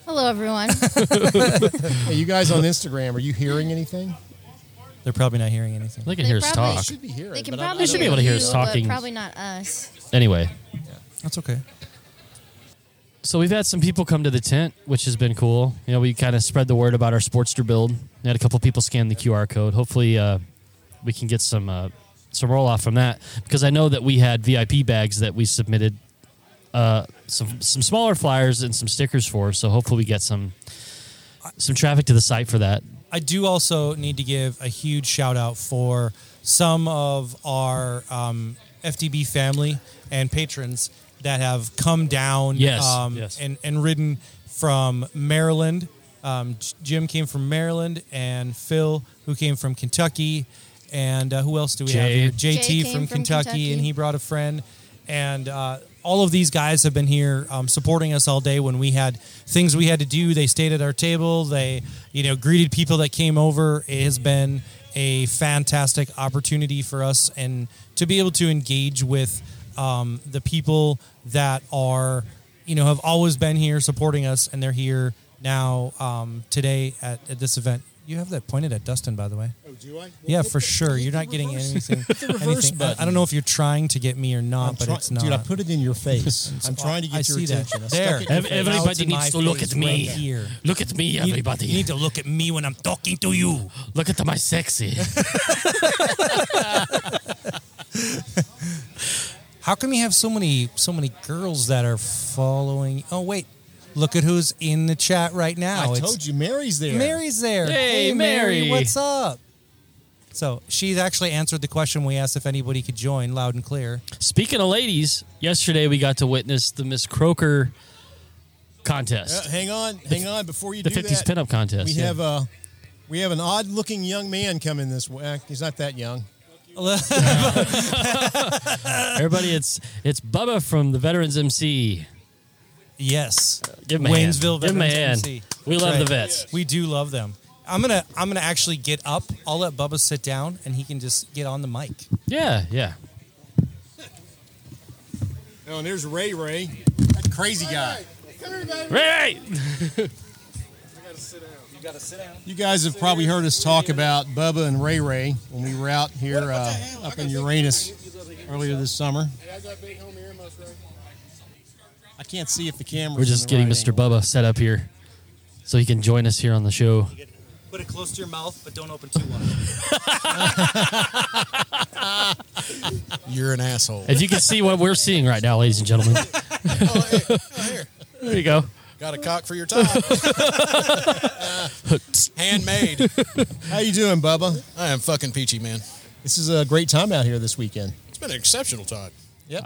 [SPEAKER 2] Hello, everyone.
[SPEAKER 3] Hey, you guys on Instagram, are you hearing anything?
[SPEAKER 1] They're probably not hearing anything.
[SPEAKER 4] They can
[SPEAKER 2] They
[SPEAKER 4] hear us
[SPEAKER 2] probably
[SPEAKER 3] I
[SPEAKER 4] talk.
[SPEAKER 3] should be hearing.
[SPEAKER 2] They can
[SPEAKER 3] but I-
[SPEAKER 2] probably
[SPEAKER 4] They should be
[SPEAKER 2] hear
[SPEAKER 4] able to hear
[SPEAKER 2] you,
[SPEAKER 4] us
[SPEAKER 2] but
[SPEAKER 4] talking.
[SPEAKER 2] Probably not us.
[SPEAKER 4] Anyway,
[SPEAKER 1] That's okay.
[SPEAKER 4] so we've had some people come to the tent, which has been cool. You know, we kind of spread the word about our Sportster build. We had a couple people scan the QR code. Hopefully, uh, we can get some uh, some roll off from that because I know that we had VIP bags that we submitted uh, some some smaller flyers and some stickers for. So hopefully, we get some some traffic to the site for that.
[SPEAKER 1] I do also need to give a huge shout out for some of our um, FDB family and patrons that have come down
[SPEAKER 4] Yes,
[SPEAKER 1] um,
[SPEAKER 4] yes.
[SPEAKER 1] And, and ridden from Maryland. Um, J- Jim came from Maryland, and Phil, who came from Kentucky, and uh, who else do we
[SPEAKER 4] Jay.
[SPEAKER 1] have? Here?
[SPEAKER 2] Jay
[SPEAKER 1] JT
[SPEAKER 2] came
[SPEAKER 1] from,
[SPEAKER 2] from
[SPEAKER 1] Kentucky,
[SPEAKER 2] Kentucky.
[SPEAKER 1] and he brought a friend. And uh, all of these guys have been here um, supporting us all day when we had things we had to do. They stayed at our table. They, you know, greeted people that came over. It has been a fantastic opportunity for us and to be able to engage with um, the people that are, you know, have always been here supporting us, and they're here now um, today at, at this event. You have that pointed at Dustin, by the way.
[SPEAKER 3] Oh, do I?
[SPEAKER 1] Yeah, for sure. You're not getting anything. anything. I- I,
[SPEAKER 3] button.
[SPEAKER 1] don't know if you're trying to get me or not,
[SPEAKER 3] I'm
[SPEAKER 1] but
[SPEAKER 3] try-
[SPEAKER 1] it's not.
[SPEAKER 3] Dude, I put it in your face. I'm trying to get
[SPEAKER 1] I
[SPEAKER 3] your
[SPEAKER 1] see that.
[SPEAKER 3] attention. I stuck
[SPEAKER 1] There.
[SPEAKER 3] it in your
[SPEAKER 1] Ev-
[SPEAKER 3] face.
[SPEAKER 1] every- everybody needs to look at me.
[SPEAKER 4] Look at me,
[SPEAKER 1] You- You need to look at me when I'm talking to you.
[SPEAKER 4] Look at my sexy.
[SPEAKER 1] How come you have so many so many girls that are following? Oh wait, look at who's in the chat right now.
[SPEAKER 3] I
[SPEAKER 1] It's
[SPEAKER 3] told you, Mary's there.
[SPEAKER 1] Mary's there.
[SPEAKER 4] Hey, Mary.
[SPEAKER 1] what's up? So she's actually answered the question we asked if anybody could join loud and clear.
[SPEAKER 4] Speaking of ladies, yesterday we got to witness the Miss
[SPEAKER 3] Uh,
[SPEAKER 4] Croker contest,
[SPEAKER 3] hang on, hang on. Before you
[SPEAKER 4] the
[SPEAKER 3] do
[SPEAKER 4] 50s
[SPEAKER 3] that,
[SPEAKER 4] pinup contest.
[SPEAKER 3] we
[SPEAKER 4] yeah.
[SPEAKER 3] have a we have an odd-looking young man coming this way. Uh, He's not that young.
[SPEAKER 4] Everybody, it's it's Bubba from the Veterans MC.
[SPEAKER 1] Yes.
[SPEAKER 4] Give him a hand.
[SPEAKER 1] Waynesville
[SPEAKER 4] Give him a
[SPEAKER 1] Veterans
[SPEAKER 4] hand.
[SPEAKER 1] MC.
[SPEAKER 4] We
[SPEAKER 1] That's
[SPEAKER 4] love the vets.
[SPEAKER 1] We do love them. I'm gonna I'm gonna actually get up. I'll let Bubba sit down and he can just get on the mic.
[SPEAKER 4] Yeah, yeah.
[SPEAKER 3] Oh, and there's Ray Ray, that crazy guy.
[SPEAKER 4] Right.
[SPEAKER 3] You guys have probably heard us talk about Bubba and Ray Ray when we were out here uh, up in Uranus earlier this summer. I can't see if the camera.
[SPEAKER 4] We're just getting Mr. Bubba set up here so he can join us here on the show.
[SPEAKER 1] Put it close to your mouth, but don't open too wide.
[SPEAKER 6] You're an asshole.
[SPEAKER 4] If you can see what we're seeing right now, ladies and gentlemen. there you go.
[SPEAKER 6] Got a cock for your top. Handmade.
[SPEAKER 3] How you doing, Bubba?
[SPEAKER 6] I am fucking peachy, man.
[SPEAKER 3] This is a great time out here this weekend.
[SPEAKER 6] It's been an exceptional time.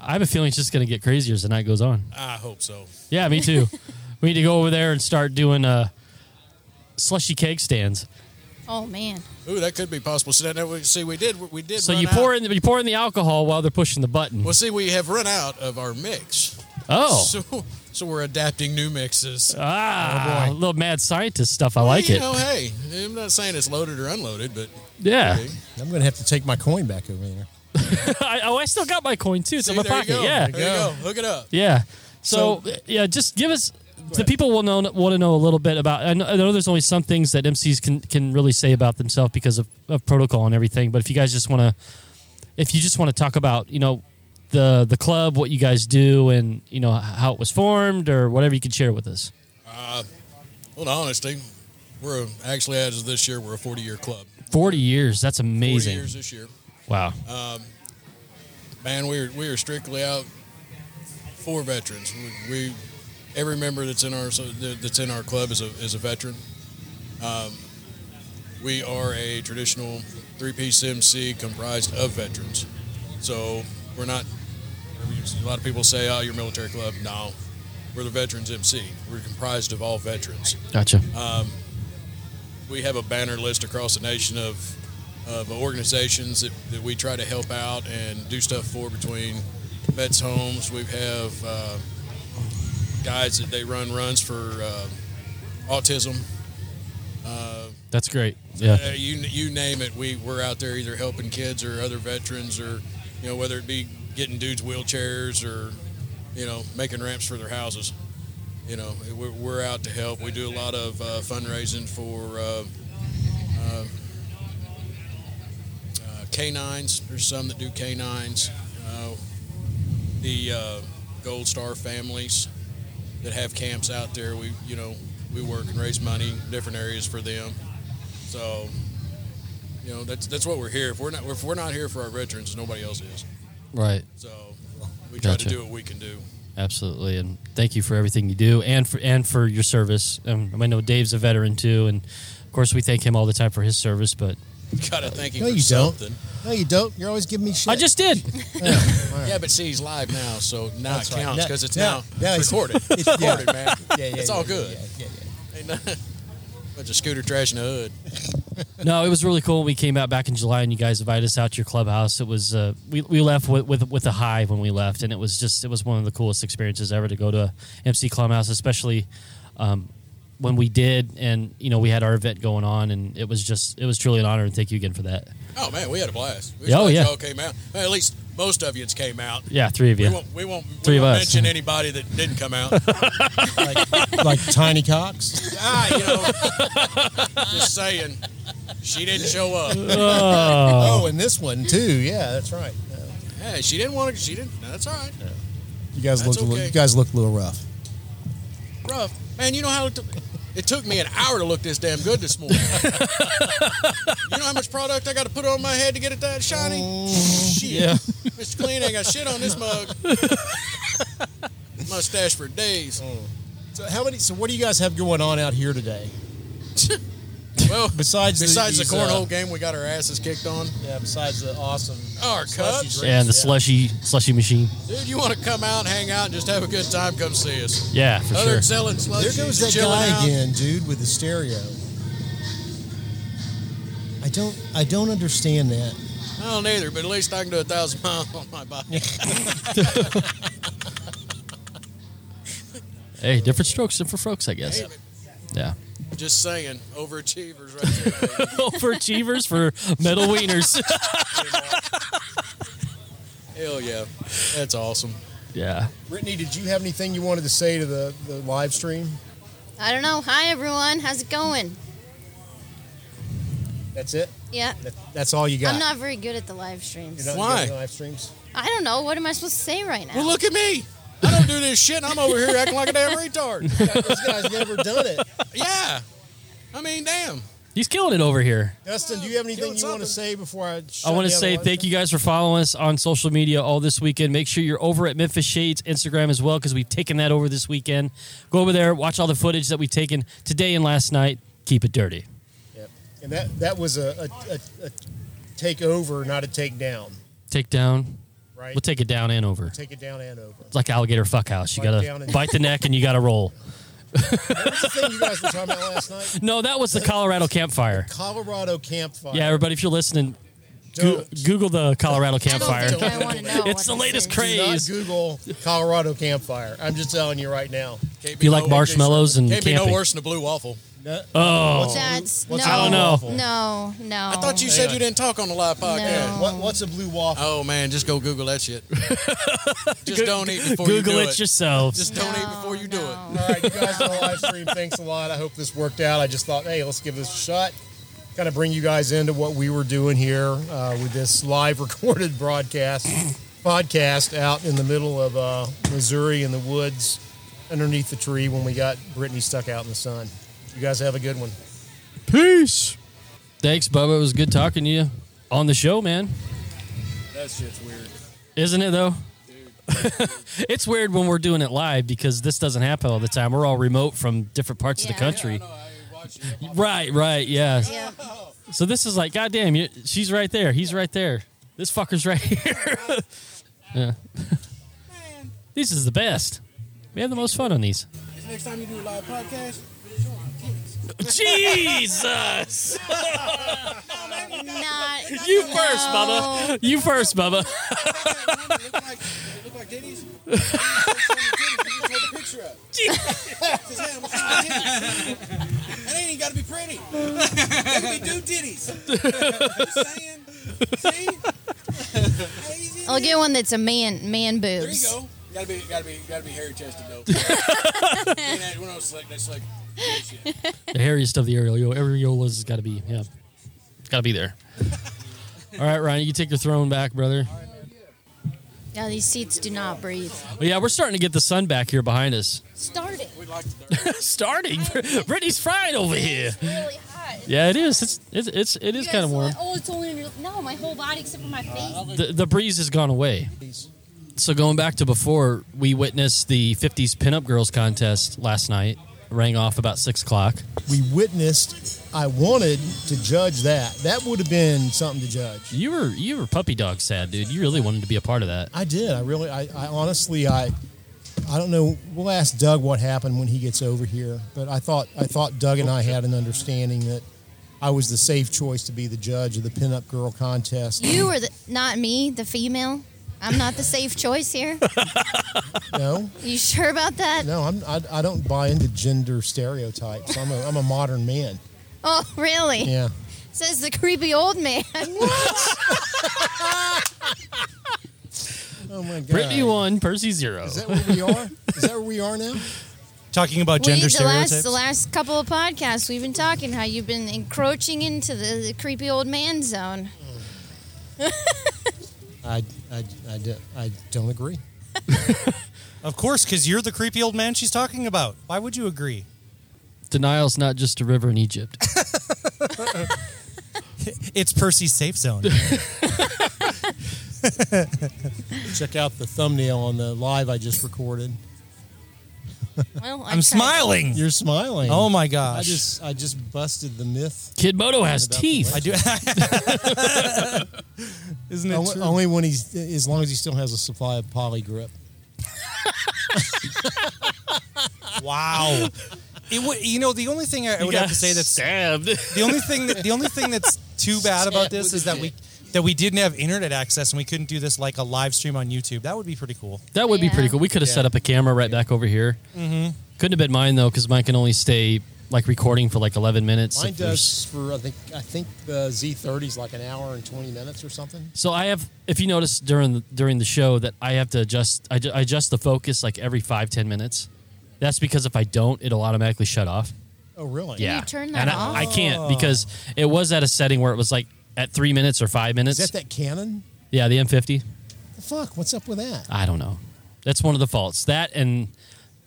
[SPEAKER 4] I have a feeling it's just going to get crazier as the night goes on.
[SPEAKER 6] I hope so.
[SPEAKER 4] Yeah, me too. we need to go over there and start doing uh, slushy cake stands.
[SPEAKER 2] Oh man,
[SPEAKER 6] Ooh, that could be possible. So that, we- see, we did. We did.
[SPEAKER 4] So
[SPEAKER 6] run
[SPEAKER 4] you pour
[SPEAKER 6] out.
[SPEAKER 4] in you pour in the alcohol while they're pushing the button.
[SPEAKER 6] Well, see, we have run out of our mix.
[SPEAKER 4] Oh,
[SPEAKER 6] So, so we're adapting new mixes. Oh,
[SPEAKER 4] ah, a little mad scientist stuff. I like
[SPEAKER 6] you
[SPEAKER 4] it.
[SPEAKER 6] know, hey, I'm not saying it's loaded or unloaded, but
[SPEAKER 4] Yeah.
[SPEAKER 6] see,
[SPEAKER 3] I'm going to have to take my coin back over there.
[SPEAKER 4] I, oh, I still got my coin too. It's
[SPEAKER 6] see,
[SPEAKER 4] in my
[SPEAKER 6] there you
[SPEAKER 4] pocket.
[SPEAKER 6] go.
[SPEAKER 4] Yeah.
[SPEAKER 6] there you go. Hook it up.
[SPEAKER 4] Yeah. So, yeah, just give us the people will know want to know a little bit about. I know, I know there's only some things that MCs can can really say about themselves because of, of protocol and everything. But if you guys just want to, if you just want to talk about, you know, the the club, what you guys do, and you know how it was formed or whatever, you can share with us.
[SPEAKER 6] Well, in honesty, we're actually as of this year, we're a 40 year club.
[SPEAKER 4] Forty years. That's
[SPEAKER 6] 40
[SPEAKER 4] amazing.
[SPEAKER 6] Uh, years this year.
[SPEAKER 4] Wow.
[SPEAKER 6] Man, we are, we are strictly out for veterans. We, we every member that's in our so that's in our club is a is a veteran. Um, we are a traditional three-piece MC comprised of veterans, so we're not. A lot of people say, "Oh, your military club." No, we're the veterans MC. We're comprised of all veterans
[SPEAKER 4] Gotcha.
[SPEAKER 6] uh, we have a banner list across the nation of of organizations that, that we try to help out and do stuff for between vets homes we have uh, guys that they run runs for uh, autism
[SPEAKER 4] That's great. Yeah.
[SPEAKER 6] uh, you you name it we we're out there either helping kids or other veterans or you know whether it be getting dudes wheelchairs or you know making ramps for their houses you know we're, we're out to help we do a lot of uh, fundraising for uh, uh, canines. There's some that do canines. Uh, the uh, Gold Star families that have camps out there, we you know we work and raise money different areas for them. So you know that's that's what we're here. If we're not if we're not here for our veterans, nobody else is.
[SPEAKER 4] Right.
[SPEAKER 6] So we try
[SPEAKER 4] Gotcha.
[SPEAKER 6] to do what we can do.
[SPEAKER 4] Absolutely, and thank you for everything you do, and for and for your service. Um, I know Dave's a veteran too, and of course we thank him all the time for his service. But
[SPEAKER 6] Gotta thank him
[SPEAKER 3] No,
[SPEAKER 6] for
[SPEAKER 3] you don't.
[SPEAKER 6] something.
[SPEAKER 3] No, you don't. You're always giving me shit.
[SPEAKER 4] I just did.
[SPEAKER 6] Yeah, but see, he's live now, so now
[SPEAKER 3] That's
[SPEAKER 6] it
[SPEAKER 3] right.
[SPEAKER 6] counts
[SPEAKER 3] Now-
[SPEAKER 6] because it's
[SPEAKER 3] now-
[SPEAKER 6] now,
[SPEAKER 3] now it's-
[SPEAKER 6] it's recorded.
[SPEAKER 3] It's
[SPEAKER 6] recorded, man.
[SPEAKER 3] Yeah, yeah,
[SPEAKER 6] It's
[SPEAKER 3] yeah,
[SPEAKER 6] all
[SPEAKER 3] yeah,
[SPEAKER 6] good.
[SPEAKER 3] yeah, yeah, yeah.
[SPEAKER 6] Ain't nothing- Bunch of scooter trash in the hood.
[SPEAKER 4] No, it was really cool. when We came out back in July, and you guys invited us out to your clubhouse. It was uh, we we left with, with with a high when we left, and it was just it was one of the coolest experiences ever to go to MC Clubhouse, especially um, when we did, and you know we had our event going on, and it was just it was truly an honor, and thank you again for that.
[SPEAKER 6] Oh man, we had a blast. We
[SPEAKER 4] Yeah, oh,
[SPEAKER 6] glad
[SPEAKER 4] yeah.
[SPEAKER 6] y'all came out. Well, at least most of you came out.
[SPEAKER 4] Yeah, three of you.
[SPEAKER 6] We won't. We won't,
[SPEAKER 4] Three
[SPEAKER 6] we
[SPEAKER 4] of
[SPEAKER 6] won't
[SPEAKER 4] us.
[SPEAKER 6] mention anybody that didn't come out.
[SPEAKER 3] Like, like Tiny Cox.
[SPEAKER 6] ah, you know, just saying, she didn't show up.
[SPEAKER 3] Oh. and this one too. Yeah, that's right. Yeah.
[SPEAKER 6] Hey, she didn't want to. She didn't. That's all right.
[SPEAKER 3] You guys
[SPEAKER 6] That's
[SPEAKER 3] look.
[SPEAKER 6] okay.
[SPEAKER 3] You guys look a little rough.
[SPEAKER 6] Rough man. You know how it, took- it took me an hour to look this damn good this morning. you know how much product I got to put on my head to get it that shiny.
[SPEAKER 3] Mm.
[SPEAKER 6] shit,
[SPEAKER 4] yeah.
[SPEAKER 6] Mr. Clean ain't got shit on this mug. Mustache for days.
[SPEAKER 3] So how many? So what do you guys have going on out here today?
[SPEAKER 6] Well,
[SPEAKER 3] Besides,
[SPEAKER 6] besides the
[SPEAKER 3] these,
[SPEAKER 6] cornhole Oh.
[SPEAKER 3] uh,
[SPEAKER 6] game, we got our asses kicked on.
[SPEAKER 3] yeah. Besides the awesome.
[SPEAKER 6] Our
[SPEAKER 3] slushy
[SPEAKER 6] cups.
[SPEAKER 3] drinks,
[SPEAKER 4] and the slushy slushy machine.
[SPEAKER 6] Dude, you want to come out, hang out, and just have a good time? Come see us.
[SPEAKER 4] Yeah, for
[SPEAKER 6] Other
[SPEAKER 4] sure.
[SPEAKER 6] than selling slushies,
[SPEAKER 3] There goes that
[SPEAKER 6] chilling
[SPEAKER 3] guy
[SPEAKER 6] out,
[SPEAKER 3] again, dude, with the stereo. I don't. I don't understand that.
[SPEAKER 6] I don't either, but at least I can do a thousand miles on my bike.
[SPEAKER 4] Hey, different strokes, different folks, I guess. Yeah.
[SPEAKER 6] just saying, overachievers right there. baby.
[SPEAKER 4] Overachievers for metal wieners.
[SPEAKER 6] Hell yeah, that's awesome.
[SPEAKER 4] yeah.
[SPEAKER 3] Brittany, did you have anything you wanted to say to the, the live stream?
[SPEAKER 2] I don't know. Hi, everyone. How's it going?
[SPEAKER 3] That's it.
[SPEAKER 2] Yeah.
[SPEAKER 3] That, that's all you got.
[SPEAKER 2] I'm not very good at the live streams.
[SPEAKER 3] You're not
[SPEAKER 6] Why?
[SPEAKER 3] doing live streams.
[SPEAKER 2] I don't know. What am I supposed to say right now?
[SPEAKER 6] Well, look at me. I don't do this shit. and I'm over here acting like a damn retard.
[SPEAKER 3] this guy's never done it.
[SPEAKER 6] Yeah, I mean, damn.
[SPEAKER 4] He's killing it over here.
[SPEAKER 3] Dustin, do you have anything
[SPEAKER 6] Doing
[SPEAKER 3] you want to
[SPEAKER 6] something.
[SPEAKER 3] say before I?
[SPEAKER 4] I want to say thank you guys for following us on social media all this weekend. Make sure you're over at Memphis Shades Instagram as well because we've taken that over this weekend. Go over there, watch all the footage that we've taken today and last night. Keep it dirty.
[SPEAKER 3] Yep. And that that was a a, a, a takeover, not a takedown,
[SPEAKER 4] Take down.
[SPEAKER 3] right?
[SPEAKER 4] We'll take it down and over.
[SPEAKER 3] take it down and over.
[SPEAKER 4] It's like alligator fuckhouse. You
[SPEAKER 3] Bite down
[SPEAKER 4] gotta
[SPEAKER 3] and-
[SPEAKER 4] bite the neck and you gotta roll.
[SPEAKER 3] What's the thing you guys were talking about last night?
[SPEAKER 4] No, that was the Colorado campfire.
[SPEAKER 3] Colorado campfire.
[SPEAKER 4] Yeah, everybody, if you're listening, Go-
[SPEAKER 3] Don't.
[SPEAKER 4] Google the Colorado
[SPEAKER 2] I don't
[SPEAKER 4] campfire.
[SPEAKER 2] think I want to know. what
[SPEAKER 4] It's the
[SPEAKER 2] this
[SPEAKER 4] latest
[SPEAKER 2] is.
[SPEAKER 4] craze.
[SPEAKER 3] Do not Google Colorado campfire. I'm just telling you right now.
[SPEAKER 6] Can't be
[SPEAKER 4] You
[SPEAKER 6] no-
[SPEAKER 4] like marshmallows and
[SPEAKER 6] Can't be
[SPEAKER 4] camping?
[SPEAKER 6] no worse than a blue waffle.
[SPEAKER 4] Oh,
[SPEAKER 2] That's
[SPEAKER 3] What's
[SPEAKER 2] no,
[SPEAKER 4] I don't know.
[SPEAKER 2] No, no.
[SPEAKER 6] I thought you said you didn't talk on the live podcast.
[SPEAKER 2] No.
[SPEAKER 3] What, what's a blue waffle?
[SPEAKER 6] Oh man, just go Google that shit. just don't eat before
[SPEAKER 4] Google
[SPEAKER 6] you do
[SPEAKER 4] it, yourselves.
[SPEAKER 6] Just don't eat
[SPEAKER 2] No,
[SPEAKER 6] before you do it.
[SPEAKER 2] no.
[SPEAKER 3] All right, you guys on the live stream, thanks a lot. I hope this worked out. I just thought, hey, let's give this a shot. Kind of bring you guys into what we were doing here uh, with this live recorded broadcast podcast out in the middle of uh, Missouri in the woods underneath the tree when we got Brittany stuck out in the sun. You guys have a good one.
[SPEAKER 4] Peace. Thanks, Bubba. It was good talking to you on the show, man.
[SPEAKER 6] That shit's weird.
[SPEAKER 4] Isn't it though? it's weird when we're doing it live because this doesn't happen all the time. We're all remote from different parts of
[SPEAKER 2] Yeah.
[SPEAKER 4] the country.
[SPEAKER 6] Yeah, I know. I watch it.
[SPEAKER 4] Right, right, yeah.
[SPEAKER 2] Yeah.
[SPEAKER 4] So this is like, goddamn, you, she's right there. He's right there. This fucker's right here. yeah. This is the best. We have the most fun on these.
[SPEAKER 6] Next time you do a live podcast,
[SPEAKER 4] Jesus!
[SPEAKER 2] Not
[SPEAKER 4] You first,
[SPEAKER 2] no.
[SPEAKER 4] Bubba. You first, Bubba.
[SPEAKER 6] look like look like titties. You just hold the picture up. Says, "Hey, I'm gonna see your titties." That ain't even gotta be pretty. It could be dude titties. Just saying. See? How easy it
[SPEAKER 2] I'll
[SPEAKER 6] is?
[SPEAKER 2] get one that's a man man boobs.
[SPEAKER 6] There you go. Gotta be, gotta be, gotta be hairy chested though. Ain't that- when I was like, that's like, bullshit.
[SPEAKER 4] The hairiest of the areola. Areola's got to be, yeah. It's got to be there. All right, Ryan, you take your throne back, brother.
[SPEAKER 2] Yeah, these seats do not breathe.
[SPEAKER 4] Well, Oh, yeah, we're starting to get the sun back here behind us.
[SPEAKER 2] Start it.
[SPEAKER 6] we like the dark.
[SPEAKER 4] starting. Brittany's fried over here.
[SPEAKER 2] Really hot.
[SPEAKER 4] Yeah, it is. It's it's it's it is kind of warm.
[SPEAKER 2] Oh, it's only under, no, my whole body except for my face.
[SPEAKER 4] The, the breeze has gone away. So going back to before, we witnessed the '50s pinup girls contest last night. Rang off about six o'clock.
[SPEAKER 3] We witnessed. I wanted to judge that. That would have been something to judge.
[SPEAKER 4] You were you were puppy dog sad, dude. You really wanted to be a part of that.
[SPEAKER 3] I did. I really. I, I honestly. I. I don't know. We'll ask Doug what happened when he gets over here. But I thought. I thought Doug and I had an understanding that I was the safe choice to be the judge of the pinup girl contest.
[SPEAKER 2] You were the, not me, the female. I'm not the safe choice here.
[SPEAKER 3] No.
[SPEAKER 2] You sure about that?
[SPEAKER 3] No, I'm, I, I don't buy into gender stereotypes. I'm a, I'm a modern man.
[SPEAKER 2] Oh, really?
[SPEAKER 3] Yeah.
[SPEAKER 2] Says the creepy old man.
[SPEAKER 3] Oh my God.
[SPEAKER 4] Brittany won, Percy zero.
[SPEAKER 3] Is that where we are? Is that where we are now?
[SPEAKER 1] Talking about gender
[SPEAKER 2] we, the
[SPEAKER 1] stereotypes.
[SPEAKER 2] last the last couple of podcasts we've been talking how you've been encroaching into the, the creepy old man zone.
[SPEAKER 3] I, I, I, do- I don't agree.
[SPEAKER 1] Of course, because you're the creepy old man she's talking about. Why would you agree?
[SPEAKER 4] Denial's not just a river in Egypt.
[SPEAKER 1] It's Percy's safe zone.
[SPEAKER 3] Check out the thumbnail on the live I just recorded.
[SPEAKER 2] Well, I
[SPEAKER 1] I'm
[SPEAKER 2] tried.
[SPEAKER 1] smiling.
[SPEAKER 3] You're smiling.
[SPEAKER 1] oh my
[SPEAKER 3] I
[SPEAKER 1] gosh.
[SPEAKER 3] just I just busted the myth.
[SPEAKER 4] Kid Moto has
[SPEAKER 3] About the
[SPEAKER 4] teeth.
[SPEAKER 1] I do. Isn't it
[SPEAKER 3] Only,
[SPEAKER 1] true?
[SPEAKER 3] only when he's as long as he still has a supply of poly grip.
[SPEAKER 1] Wow. It would, you know, the only thing I, I would have to say that's
[SPEAKER 4] stabbed.
[SPEAKER 1] the only thing that the only thing that's too bad about this is that we that we didn't have internet access and we couldn't do this like a live stream on YouTube. That would be pretty cool.
[SPEAKER 4] That would be
[SPEAKER 2] Yeah.
[SPEAKER 4] pretty cool. We could have set up a camera right back over here. Mm-hmm. Couldn't have been mine though, because mine can only stay like recording for like eleven minutes.
[SPEAKER 3] Mine
[SPEAKER 4] if there's-
[SPEAKER 3] does for I think I think the Z30 is like an hour and twenty minutes or something.
[SPEAKER 4] So I have, if you notice during the, during the show that I have to adjust, I, ju- I adjust the focus like every five ten minutes. That's because if I don't, it'll automatically shut off.
[SPEAKER 3] Oh really?
[SPEAKER 4] Yeah,
[SPEAKER 2] turn that
[SPEAKER 4] And I,
[SPEAKER 2] off?
[SPEAKER 4] I can't because it was at a setting where it was like at three minutes or five
[SPEAKER 3] Is
[SPEAKER 4] minutes.
[SPEAKER 3] that that Canon?
[SPEAKER 4] yeah, the M50.
[SPEAKER 3] The fuck? What's up with that?
[SPEAKER 4] I don't know. That's one of the faults. That and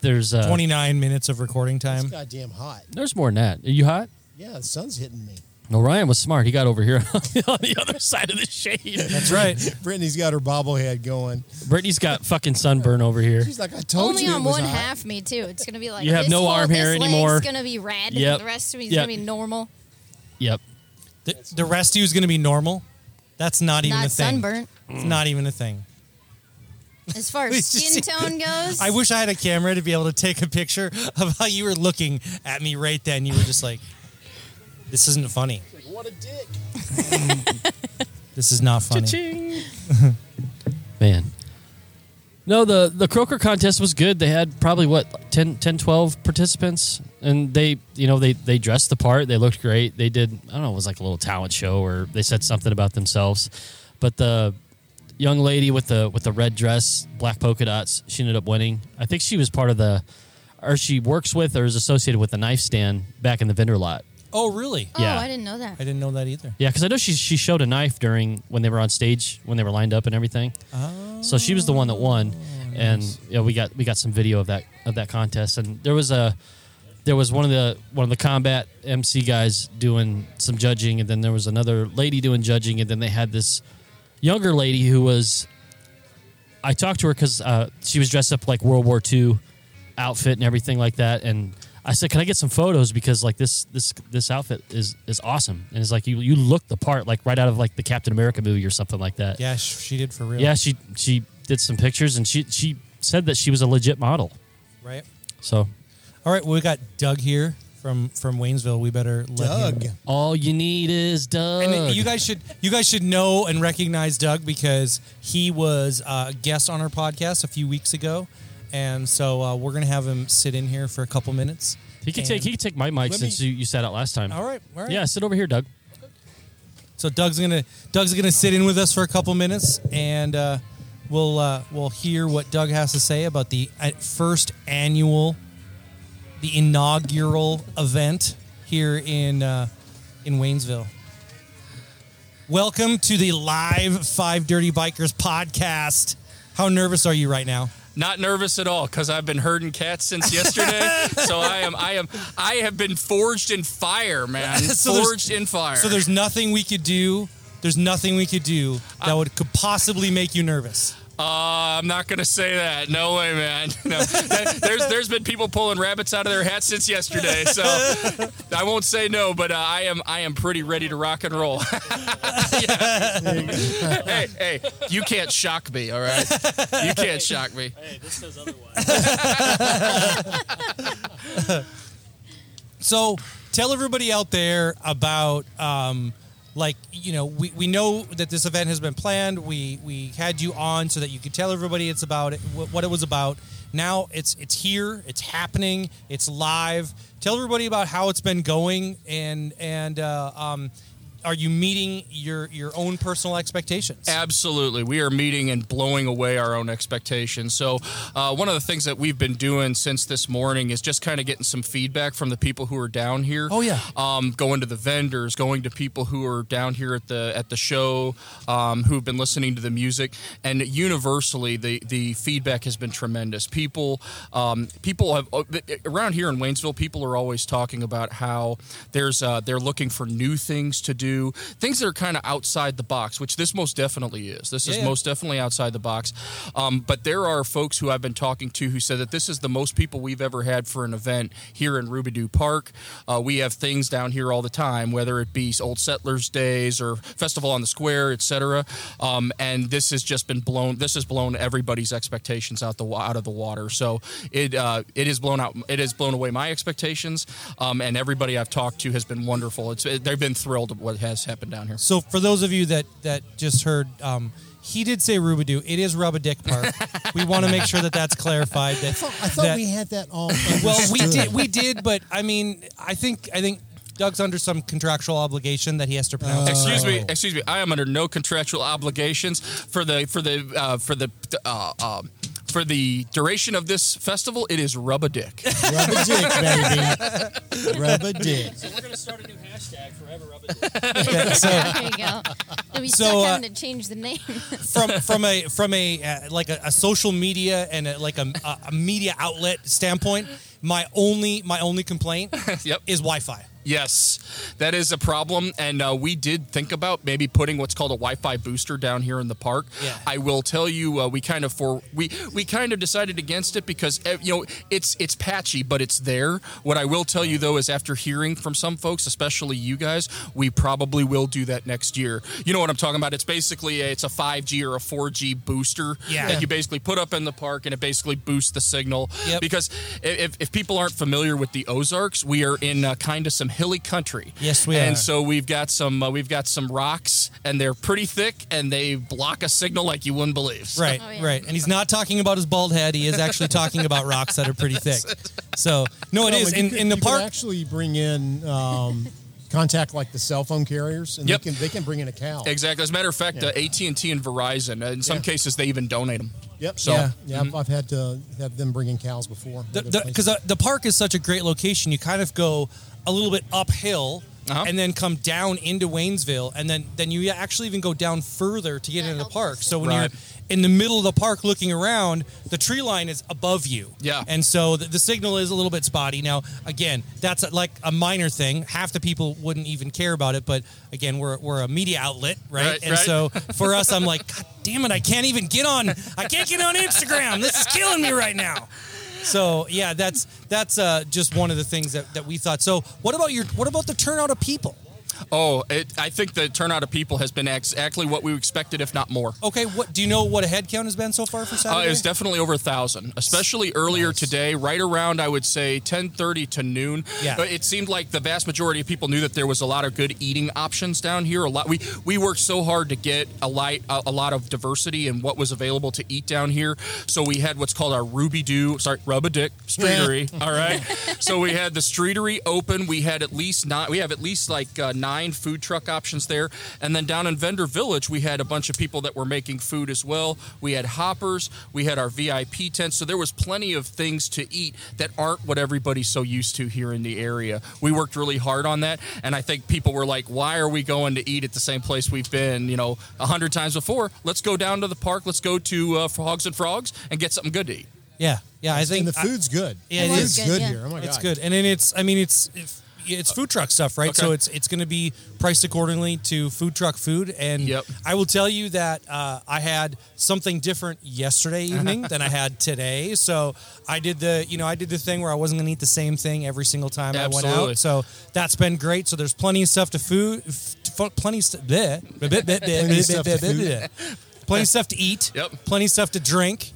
[SPEAKER 4] there's uh,
[SPEAKER 1] Twenty nine minutes of recording
[SPEAKER 3] It's
[SPEAKER 1] time.
[SPEAKER 3] goddamn hot.
[SPEAKER 4] There's more than that. Are you hot?
[SPEAKER 3] Yeah, the sun's hitting me.
[SPEAKER 4] No, Ryan was smart. He got over here on the other side of the shade.
[SPEAKER 1] That's right.
[SPEAKER 3] Brittany's got her bobblehead going.
[SPEAKER 4] Brittany's got fucking sunburn over here.
[SPEAKER 3] She's like, I told
[SPEAKER 2] Only
[SPEAKER 3] you. it
[SPEAKER 2] on
[SPEAKER 3] was
[SPEAKER 2] one
[SPEAKER 3] hot."
[SPEAKER 2] half, me too. It's gonna be like
[SPEAKER 4] You have
[SPEAKER 2] this
[SPEAKER 4] no
[SPEAKER 2] whole-
[SPEAKER 4] arm
[SPEAKER 2] this
[SPEAKER 4] hair
[SPEAKER 2] leg's
[SPEAKER 4] anymore.
[SPEAKER 2] gonna be red.
[SPEAKER 4] Yep.
[SPEAKER 2] And the rest of me's
[SPEAKER 4] Yep.
[SPEAKER 2] gonna be normal,
[SPEAKER 4] Yep.
[SPEAKER 1] The, the rest of you is going to be normal. That's not even
[SPEAKER 2] not
[SPEAKER 1] a thing.
[SPEAKER 2] sunburnt.
[SPEAKER 1] It's not even a thing.
[SPEAKER 2] As far as
[SPEAKER 1] Please just
[SPEAKER 2] skin
[SPEAKER 1] see-
[SPEAKER 2] tone goes,
[SPEAKER 1] I wish I had a camera to be able to take a picture of how you were looking at me right then. You were just like, "This isn't funny.
[SPEAKER 3] Like, what a dick.
[SPEAKER 1] This is not funny."
[SPEAKER 4] Man. No, the, the croaker contest was good. They had probably, what, 10, 10 12 participants? And they, you know, they, they dressed the part. They looked great. They did, I don't know, it was like a little talent show or they said something about themselves. But the young lady with the with the red dress, black polka dots, she ended up winning. I think she was part of the, or she works with or is associated with the knife stand back in the vendor lot.
[SPEAKER 1] Oh, really?
[SPEAKER 2] oh,
[SPEAKER 4] yeah.
[SPEAKER 2] I didn't know that.
[SPEAKER 1] I didn't know that either.
[SPEAKER 4] Yeah, because I know she she showed a knife during when they were on stage when they were lined up and everything. So she was the one that won, and yeah, we got we got some video of that of that contest. And there was a there was one of the one of the combat MC guys doing some judging, and then there was another lady doing judging, and then they had this younger lady who was I talked to her because uh, she was dressed up like World War II outfit and everything like that. And I said, "Can I get some photos? Because like this this this outfit is is awesome, and it's like you you look the part like right out of like the Captain America movie or something like that."
[SPEAKER 1] Yeah, sh- she did for real.
[SPEAKER 4] yeah. She she did some pictures, and she she said that she was a legit model.
[SPEAKER 1] Right.
[SPEAKER 4] So
[SPEAKER 1] All right. Well, we got Doug here from from Waynesville. We better let him-
[SPEAKER 3] Doug.
[SPEAKER 4] all you need is Doug.
[SPEAKER 1] And you guys should you guys should know and recognize Doug because he was uh, a guest on our podcast a few weeks ago, and so uh, we're gonna have him sit in here for a couple minutes.
[SPEAKER 4] he could
[SPEAKER 1] And-
[SPEAKER 4] take he could take my mic
[SPEAKER 1] Let
[SPEAKER 4] since
[SPEAKER 1] me-
[SPEAKER 4] you, you sat out last time.
[SPEAKER 1] All right. All right.
[SPEAKER 4] Yeah, sit over here, Doug.
[SPEAKER 1] So Doug's gonna Doug's gonna sit in with us for a couple minutes, and uh, we'll uh, we'll hear what Doug has to say about the uh, first annual, the inaugural event here in uh, in Waynesville. Welcome to the live Five Dirty Bikers podcast. How nervous are you right now?
[SPEAKER 7] Not nervous at all because I've been herding cats since yesterday. so I am, I am, I have been forged in fire, man.
[SPEAKER 1] So there's-
[SPEAKER 7] forged in fire.
[SPEAKER 1] So there's nothing we could do. There's nothing we could do that would could possibly make you nervous.
[SPEAKER 7] Uh, I'm not gonna say that. No way, man. No. That- there's there's been people pulling rabbits out of their hats since yesterday, so I won't say no. But uh, I am I am pretty ready to rock and roll. Yeah. hey, hey, you can't shock me, all right? You can't shock me.
[SPEAKER 4] Hey, this says otherwise.
[SPEAKER 1] So tell everybody out there about um, like you know we, we know that this event has been planned. We we had you on so that you could tell everybody it's about it, wh- what it was about. Now it's it's here. It's happening. It's live. Tell everybody about how it's been going and and uh, um, are you meeting your your own personal expectations?
[SPEAKER 7] Absolutely. We are meeting and blowing away our own expectations. So, uh, one of the things that we've been doing since this morning is just kind of getting some feedback from the people who are down here.
[SPEAKER 1] Oh, yeah.
[SPEAKER 7] Um, going to the vendors, going to people who are down here at the at the show, um, who've been listening to the music, and universally the the feedback has been tremendous. People, um, people have uh, around here in Waynesville, people are always talking about how there's uh, they're looking for new things to do, things that are kind of outside the box, which this most definitely is. This is
[SPEAKER 1] Yeah.
[SPEAKER 7] most definitely outside the box. Um, but there are folks who I've been talking to who said that this is the most people we've ever had for an event here in Rubidoux Park. Uh, we have things down here all the time, whether it be Old Settlers Days or Festival on the Square, etc. Um, and this has just been blown. This has blown everybody's expectations out the wa- out of the water. So it uh, it has blown out. It has blown away my expectations. Um, and everybody I've talked to has been wonderful. It's they've been thrilled at what has happened down here.
[SPEAKER 1] So for those of you that that just heard, um, he did say Rubidoo. It is Rubba Dick Park. we want to make sure that that's clarified. That
[SPEAKER 3] I thought we had that all.
[SPEAKER 1] well, we
[SPEAKER 3] understood.
[SPEAKER 1] did, we did, but I mean, I think, I think Doug's under some contractual obligation that he has to pronounce. it
[SPEAKER 7] Excuse
[SPEAKER 1] correctly.
[SPEAKER 7] me, excuse me. I am under no contractual obligations for the for the uh, for the uh, um, for the duration of this festival. It is rub a dick.
[SPEAKER 3] Rub a dick, baby. Rub a dick.
[SPEAKER 4] so we're gonna start a new hashtag forever.
[SPEAKER 2] there you go. It'll be
[SPEAKER 1] So,
[SPEAKER 2] stuck
[SPEAKER 1] uh,
[SPEAKER 2] having to change the name.
[SPEAKER 1] From from a from a uh, like a, a social media and a, like a, a, a media outlet standpoint, my only my only complaint
[SPEAKER 7] Yep.
[SPEAKER 1] is Wi-Fi.
[SPEAKER 7] Yes, that is a problem, and uh, we did think about maybe putting what's called a Wi-Fi booster down here in the park.
[SPEAKER 1] Yeah.
[SPEAKER 7] I will tell you, uh, we kind of for we we kind of decided against it because eh, you know it's it's patchy, but it's there. What I will tell you though is after hearing from some folks, especially you guys, we probably will do that next year. You know what I'm talking about? It's basically a, it's a 5G or a 4G booster
[SPEAKER 1] Yeah.
[SPEAKER 7] that you basically put up in the park, and it basically boosts the signal
[SPEAKER 1] Yep.
[SPEAKER 7] because because i- if, if people aren't familiar with the Ozarks, we are in uh, kind of some hilly country.
[SPEAKER 1] Yes, we
[SPEAKER 7] And
[SPEAKER 1] are.
[SPEAKER 7] so we've got some uh, we've got some rocks, and they're pretty thick, and they block a signal like you wouldn't believe. So-
[SPEAKER 1] Right,
[SPEAKER 2] Oh, yeah.
[SPEAKER 1] right. And he's not talking about his bald head. He is actually talking about rocks that are pretty thick. So no, it
[SPEAKER 3] No,
[SPEAKER 1] is
[SPEAKER 3] but you
[SPEAKER 1] in,
[SPEAKER 3] could-
[SPEAKER 1] in the
[SPEAKER 3] you could
[SPEAKER 1] park.
[SPEAKER 3] actually bring in um, contact like the cell phone carriers, and
[SPEAKER 7] Yep.
[SPEAKER 3] they can they can bring in a cow.
[SPEAKER 7] Exactly. As a matter of fact, uh, AT and T and Verizon, uh, in some
[SPEAKER 3] Yeah.
[SPEAKER 7] cases, they even donate them.
[SPEAKER 3] Yep.
[SPEAKER 7] So-
[SPEAKER 3] yeah, yeah I've, I've had to have them bring in cows before.
[SPEAKER 1] because
[SPEAKER 3] Other
[SPEAKER 1] mm-hmm. the,
[SPEAKER 3] places.
[SPEAKER 1] 'cause, uh, the park is such a great location. You kind of go a little bit uphill
[SPEAKER 7] Uh-huh.
[SPEAKER 1] and then come down into Waynesville, and then then you actually even go down further to get
[SPEAKER 2] That
[SPEAKER 1] into the
[SPEAKER 2] helps
[SPEAKER 1] park.
[SPEAKER 2] us.
[SPEAKER 1] So when
[SPEAKER 7] Right.
[SPEAKER 1] you're in the middle of the park looking around, the tree line is above you.
[SPEAKER 7] Yeah.
[SPEAKER 1] and so the, the signal is a little bit spotty. Now, again, that's like a minor thing. Half the people wouldn't even care about it, but again, we're we're a media outlet, right?
[SPEAKER 7] Right,
[SPEAKER 1] and
[SPEAKER 7] right.
[SPEAKER 1] so for us, I'm like, God damn it, I can't even get on. I can't get on Instagram. This is killing me right now. So yeah, that's that's uh, just one of the things that, that we thought. So what about your what about the turnout of people?
[SPEAKER 7] Oh, it, I think the turnout of people has been exactly what we expected, if not more.
[SPEAKER 1] Okay, what do you know? What a head count has been so far for
[SPEAKER 7] Uh,
[SPEAKER 1] Saturday?
[SPEAKER 7] it's definitely over a thousand, especially earlier today, right around I would say ten thirty to noon.
[SPEAKER 1] Yeah.
[SPEAKER 7] Uh, it seemed like the vast majority of people knew that there was a lot of good eating options down here. A lot we we worked so hard to get a light a, a lot of diversity in what was available to eat down here. So we had what's called our Ruby Doo, sorry, Rub a Dick Streetery. all right. So we had the Streetery open. We had at least nine. We have at least like uh, nine food truck options there, and then down in Vendor Village we had a bunch of people that were making food as well. We had hoppers. We had our VIP tent. So there was plenty of things to eat that aren't what everybody's so used to here in the area. We worked really hard on that, and I think people were like, "Why are we going to eat at the same place we've been, you know, a hundred times before? Let's go down to the park. Let's go to uh, Hogs and Frogs and get something good to eat."
[SPEAKER 1] yeah, yeah. I think
[SPEAKER 3] and the
[SPEAKER 1] I-
[SPEAKER 3] food's good.
[SPEAKER 1] Yeah, it
[SPEAKER 3] the
[SPEAKER 1] is
[SPEAKER 3] food's
[SPEAKER 2] good,
[SPEAKER 3] good,
[SPEAKER 2] yeah.
[SPEAKER 3] here. Oh my god,
[SPEAKER 1] It's good, and then it's. I mean, it's if, it's food truck stuff, right? So
[SPEAKER 7] Okay.
[SPEAKER 1] it's it's going to be priced accordingly to food truck food. And
[SPEAKER 7] Yep.
[SPEAKER 1] I will tell you that uh, I had something different yesterday evening than I had today. So I did the you know I did the thing where I wasn't going to eat the same thing every single time I went
[SPEAKER 7] Absolutely.
[SPEAKER 1] out. So that's been great. So there's plenty of stuff to food, f- fu- plenty of st- bleh, bleh, bleh, bleh, bleh,
[SPEAKER 3] Plenty of
[SPEAKER 1] bleh,
[SPEAKER 3] stuff
[SPEAKER 1] bleh,
[SPEAKER 3] to
[SPEAKER 1] bleh,
[SPEAKER 3] food.
[SPEAKER 1] bleh. Plenty of stuff to eat.
[SPEAKER 7] Yep.
[SPEAKER 1] Plenty of stuff to drink,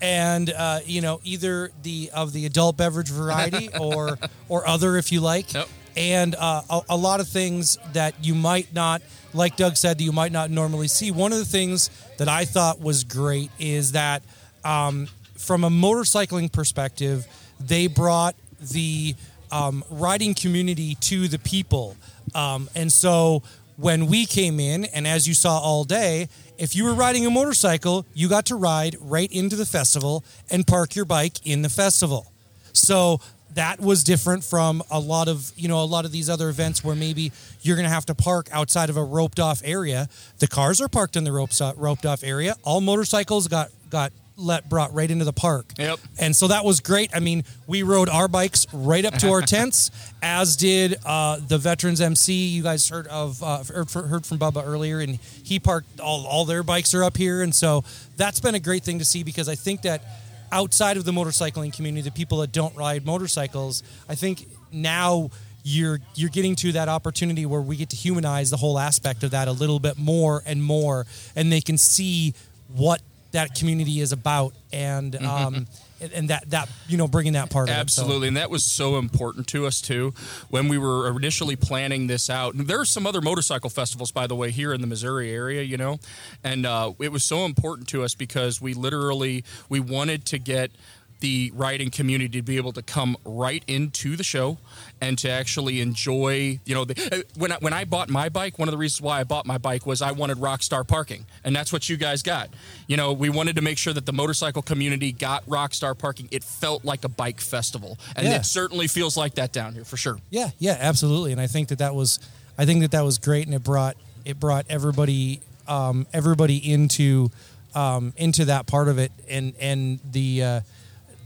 [SPEAKER 1] and uh, you know either the of the adult beverage variety or or other if you like,
[SPEAKER 7] Yep.
[SPEAKER 1] and uh, a, a lot of things that you might not, like Doug said, that you might not normally see. One of the things that I thought was great is that um, from a motorcycling perspective, they brought the um, riding community to the people. Um, and so when we came in, and as you saw all day, if you were riding a motorcycle, you got to ride right into the festival and park your bike in the festival. So that was different from a lot of you know a lot of these other events where maybe you're going to have to park outside of a roped off area. The cars are parked in the roped roped off area. All motorcycles got got let brought right into the park.
[SPEAKER 7] Yep.
[SPEAKER 1] And so that was great. I mean, we rode our bikes right up to our tents, as did uh, the veterans MC. You guys heard of uh, heard, heard from Bubba earlier, and he parked all all their bikes are up here, and so that's been a great thing to see because I think that outside of the motorcycling community, the people that don't ride motorcycles, I think now you're you're getting to that opportunity where we get to humanize the whole aspect of that a little bit more and more, and they can see what that community is about and um and, and that that you know bringing that part
[SPEAKER 7] Absolutely, and that was so important to us too when we were initially planning this out. And there are some other motorcycle festivals, by the way, here in the Missouri area, you know, and uh, it was so important to us because we literally we wanted to get the riding community to be able to come right into the show and to actually enjoy you know the, uh, when I, when I bought my bike one of the reasons why I bought my bike was I wanted rockstar parking and that's what you guys got you know we wanted to make sure that the motorcycle community got rockstar parking it felt like a bike festival and
[SPEAKER 1] Yeah.
[SPEAKER 7] it certainly feels like that down here for sure
[SPEAKER 1] Yeah, yeah, absolutely. And I think that that was, I think that that was great, and it brought it brought everybody, um, everybody into um, into that part of it, and and the, uh,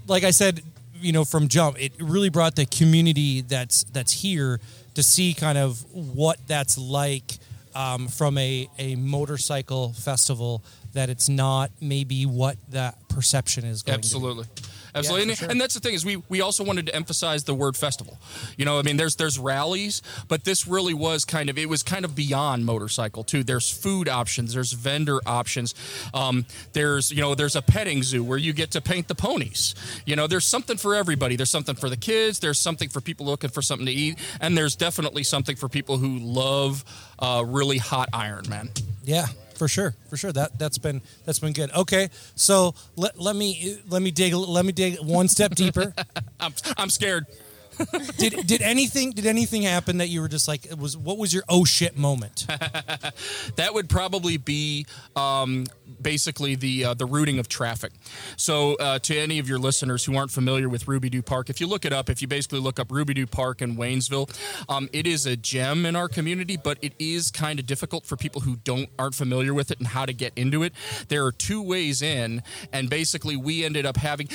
[SPEAKER 1] like I said, you know, from jump, it really brought the community that's that's here to see kind of what that's like um, from a a motorcycle festival. That it's not maybe what that perception is going to be.
[SPEAKER 7] Absolutely. Absolutely, and,
[SPEAKER 1] for sure.
[SPEAKER 7] and that's the thing is we, we also wanted to emphasize the word festival. You know, I mean, there's there's rallies, but this really was kind of it was kind of beyond motorcycle too. There's food options, there's vendor options, um, there's you know there's a petting zoo where you get to paint the ponies. You know, there's something for everybody. There's something for the kids. There's something for people looking for something to eat, and there's definitely something for people who love uh, really hot iron, man.
[SPEAKER 1] Yeah, for sure, for sure. That that's been that's been good. Okay, so let, let me let me dig let me dig one step deeper.
[SPEAKER 7] I'm I'm scared.
[SPEAKER 1] did did anything did anything happen that you were just like it was what was your oh shit moment?
[SPEAKER 7] That would probably be um, basically the uh, the routing of traffic. So, uh, to any of your listeners who aren't familiar with Ruby Doo Park, if you look it up, if you basically look up Ruby Doo Park in Waynesville, um, it is a gem in our community, but it is kind of difficult for people who don't aren't familiar with it and how to get into it. There are two ways in, and basically we ended up having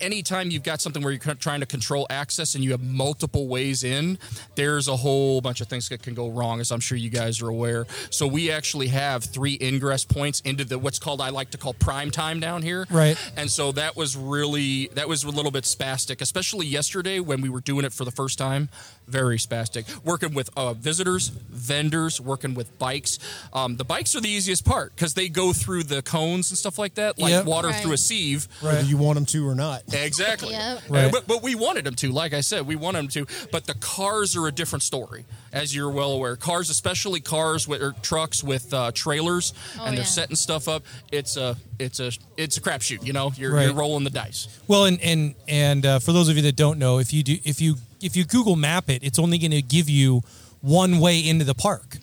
[SPEAKER 7] anytime you've got something where you're trying to control access and you you have multiple ways in, there's a whole bunch of things that can go wrong, as I'm sure you guys are aware. So we actually have three ingress points into the what's called I like to call prime time down here.
[SPEAKER 1] Right.
[SPEAKER 7] And so that was really that was a little bit spastic, especially yesterday when we were doing it for the first time. Very spastic. Working with uh, visitors, vendors, working with bikes. Um, the bikes are the easiest part because they go through the cones and stuff like that, like
[SPEAKER 1] Yep.
[SPEAKER 7] water
[SPEAKER 2] Right.
[SPEAKER 7] through a sieve.
[SPEAKER 3] whether you want them to or not.
[SPEAKER 7] Exactly.
[SPEAKER 2] Yep.
[SPEAKER 1] Right.
[SPEAKER 7] Uh, But, but we wanted them to. Like I said, we wanted them to. But the cars are a different story, as you're well aware. Cars, especially cars with or trucks with uh, trailers,
[SPEAKER 2] Oh,
[SPEAKER 7] and they're
[SPEAKER 2] yeah.
[SPEAKER 7] setting stuff up. It's a it's a it's a crapshoot. You know, you're,
[SPEAKER 1] Right.
[SPEAKER 7] you're rolling the dice.
[SPEAKER 1] Well, and and and uh, for those of you that don't know, if you do, if you if you Google Map it, it's only going to give you one way into the park.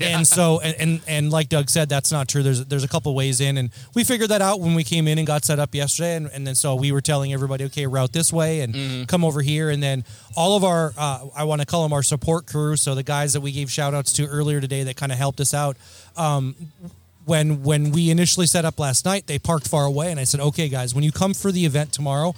[SPEAKER 1] And so, and, and and like Doug said, that's not true. There's there's a couple ways in, and we figured that out when we came in and got set up yesterday. And, and then so we were telling everybody, okay, route this way and come over here. And then all of our, uh, I want to call them our support crew, so the guys that we gave shout outs to earlier today that kind of helped us out when when we initially set up last night, they parked far away, and I said, "Okay, guys, when you come for the event tomorrow,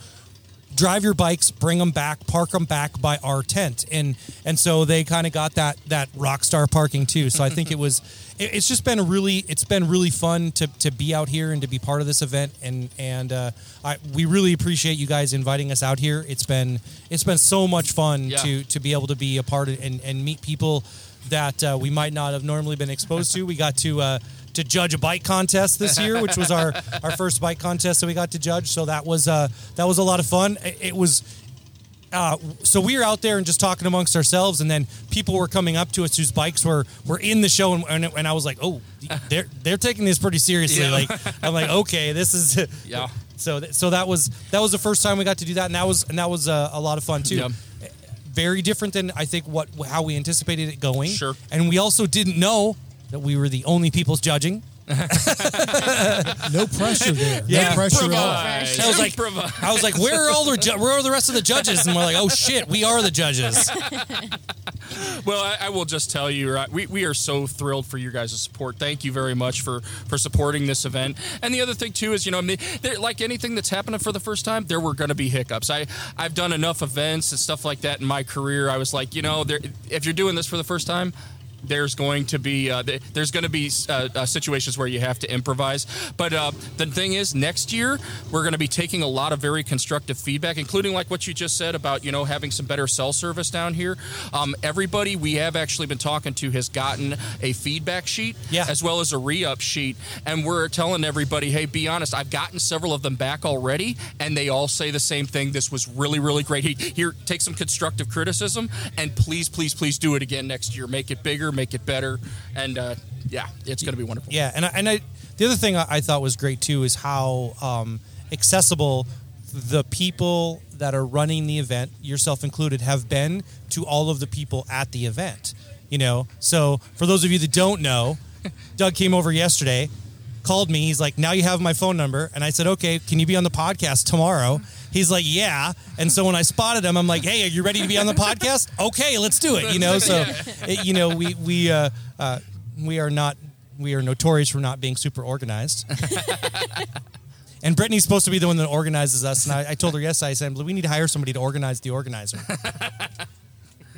[SPEAKER 1] drive your bikes, bring them back, park them back by our tent." And and so they kind of got that that rock star parking too. So I think it was it, it's just been a really it's been really fun to to be out here and to be part of this event, and and uh, I we really appreciate you guys inviting us out here. It's been it's been so much fun
[SPEAKER 7] Yeah.
[SPEAKER 1] to to be able to be a part of and and meet people. That uh, we might not have normally been exposed to. We got to uh, to judge a bike contest this year, which was our our first bike contest that we got to judge. So that was uh, that was a lot of fun. It, it was. Uh, so we were out there and just talking amongst ourselves, and then people were coming up to us whose bikes were were in the show, and, and, and I was like, "Oh, they're they're taking this pretty seriously."
[SPEAKER 7] Yeah.
[SPEAKER 1] Like I'm like, "Okay, this is
[SPEAKER 7] Yeah.
[SPEAKER 1] So th- so that was that was the first time we got to do that, and that was and that was uh, a lot of fun too
[SPEAKER 7] Yeah.
[SPEAKER 1] very different than I think what how we anticipated it going.
[SPEAKER 7] Sure.
[SPEAKER 1] And we also didn't know that we were the only people's judging.
[SPEAKER 3] No pressure there.
[SPEAKER 1] Yeah.
[SPEAKER 3] No pressure at all.
[SPEAKER 2] Fresh.
[SPEAKER 1] I was like, I was like, where are all the ju- where are the rest of the judges? And we're like, oh shit, we are the judges.
[SPEAKER 7] Well, I, I will just tell you, right, we, we are so thrilled for your guys' support. Thank you very much for for supporting this event. And the other thing too is, you know, I mean, there, like anything that's happening for the first time, there were going to be hiccups. I I've done enough events and stuff like that in my career. I was like, you know, there, if you're doing this for the first time. There's going to be uh, th- there's going to be uh, uh, situations where you have to improvise, but uh, the thing is, next year we're going to be taking a lot of very constructive feedback, including like what you just said about you know having some better cell service down here. Um, everybody we have actually been talking to has gotten a feedback sheet,
[SPEAKER 1] Yeah.
[SPEAKER 7] as well as a re-up sheet, and we're telling everybody, hey, be honest, I've gotten several of them back already, and they all say the same thing. This was really, really great. Hey, Here, take some constructive criticism, and please, please, please do it again next year. Make it bigger, make it better, and uh, yeah, it's going to be wonderful.
[SPEAKER 1] Yeah, and I, and I, the other thing I, I thought was great too is how um, accessible the people that are running the event, yourself included, have been to all of the people at the event. You know, so for those of you that don't know, Doug came over yesterday, called me. He's like, "Now you have my phone number," and I said, "Okay, can you be on the podcast tomorrow?" He's like, "Yeah," and so when I spotted him, I'm like, "Hey, are you ready to be on the podcast? Okay, let's do it." You know, so it, you know, we we uh, uh, we are not we are notorious for not being super organized. and Brittany's supposed to be the one that organizes us. And I, I told her yes. I said we need to hire somebody to organize the organizer.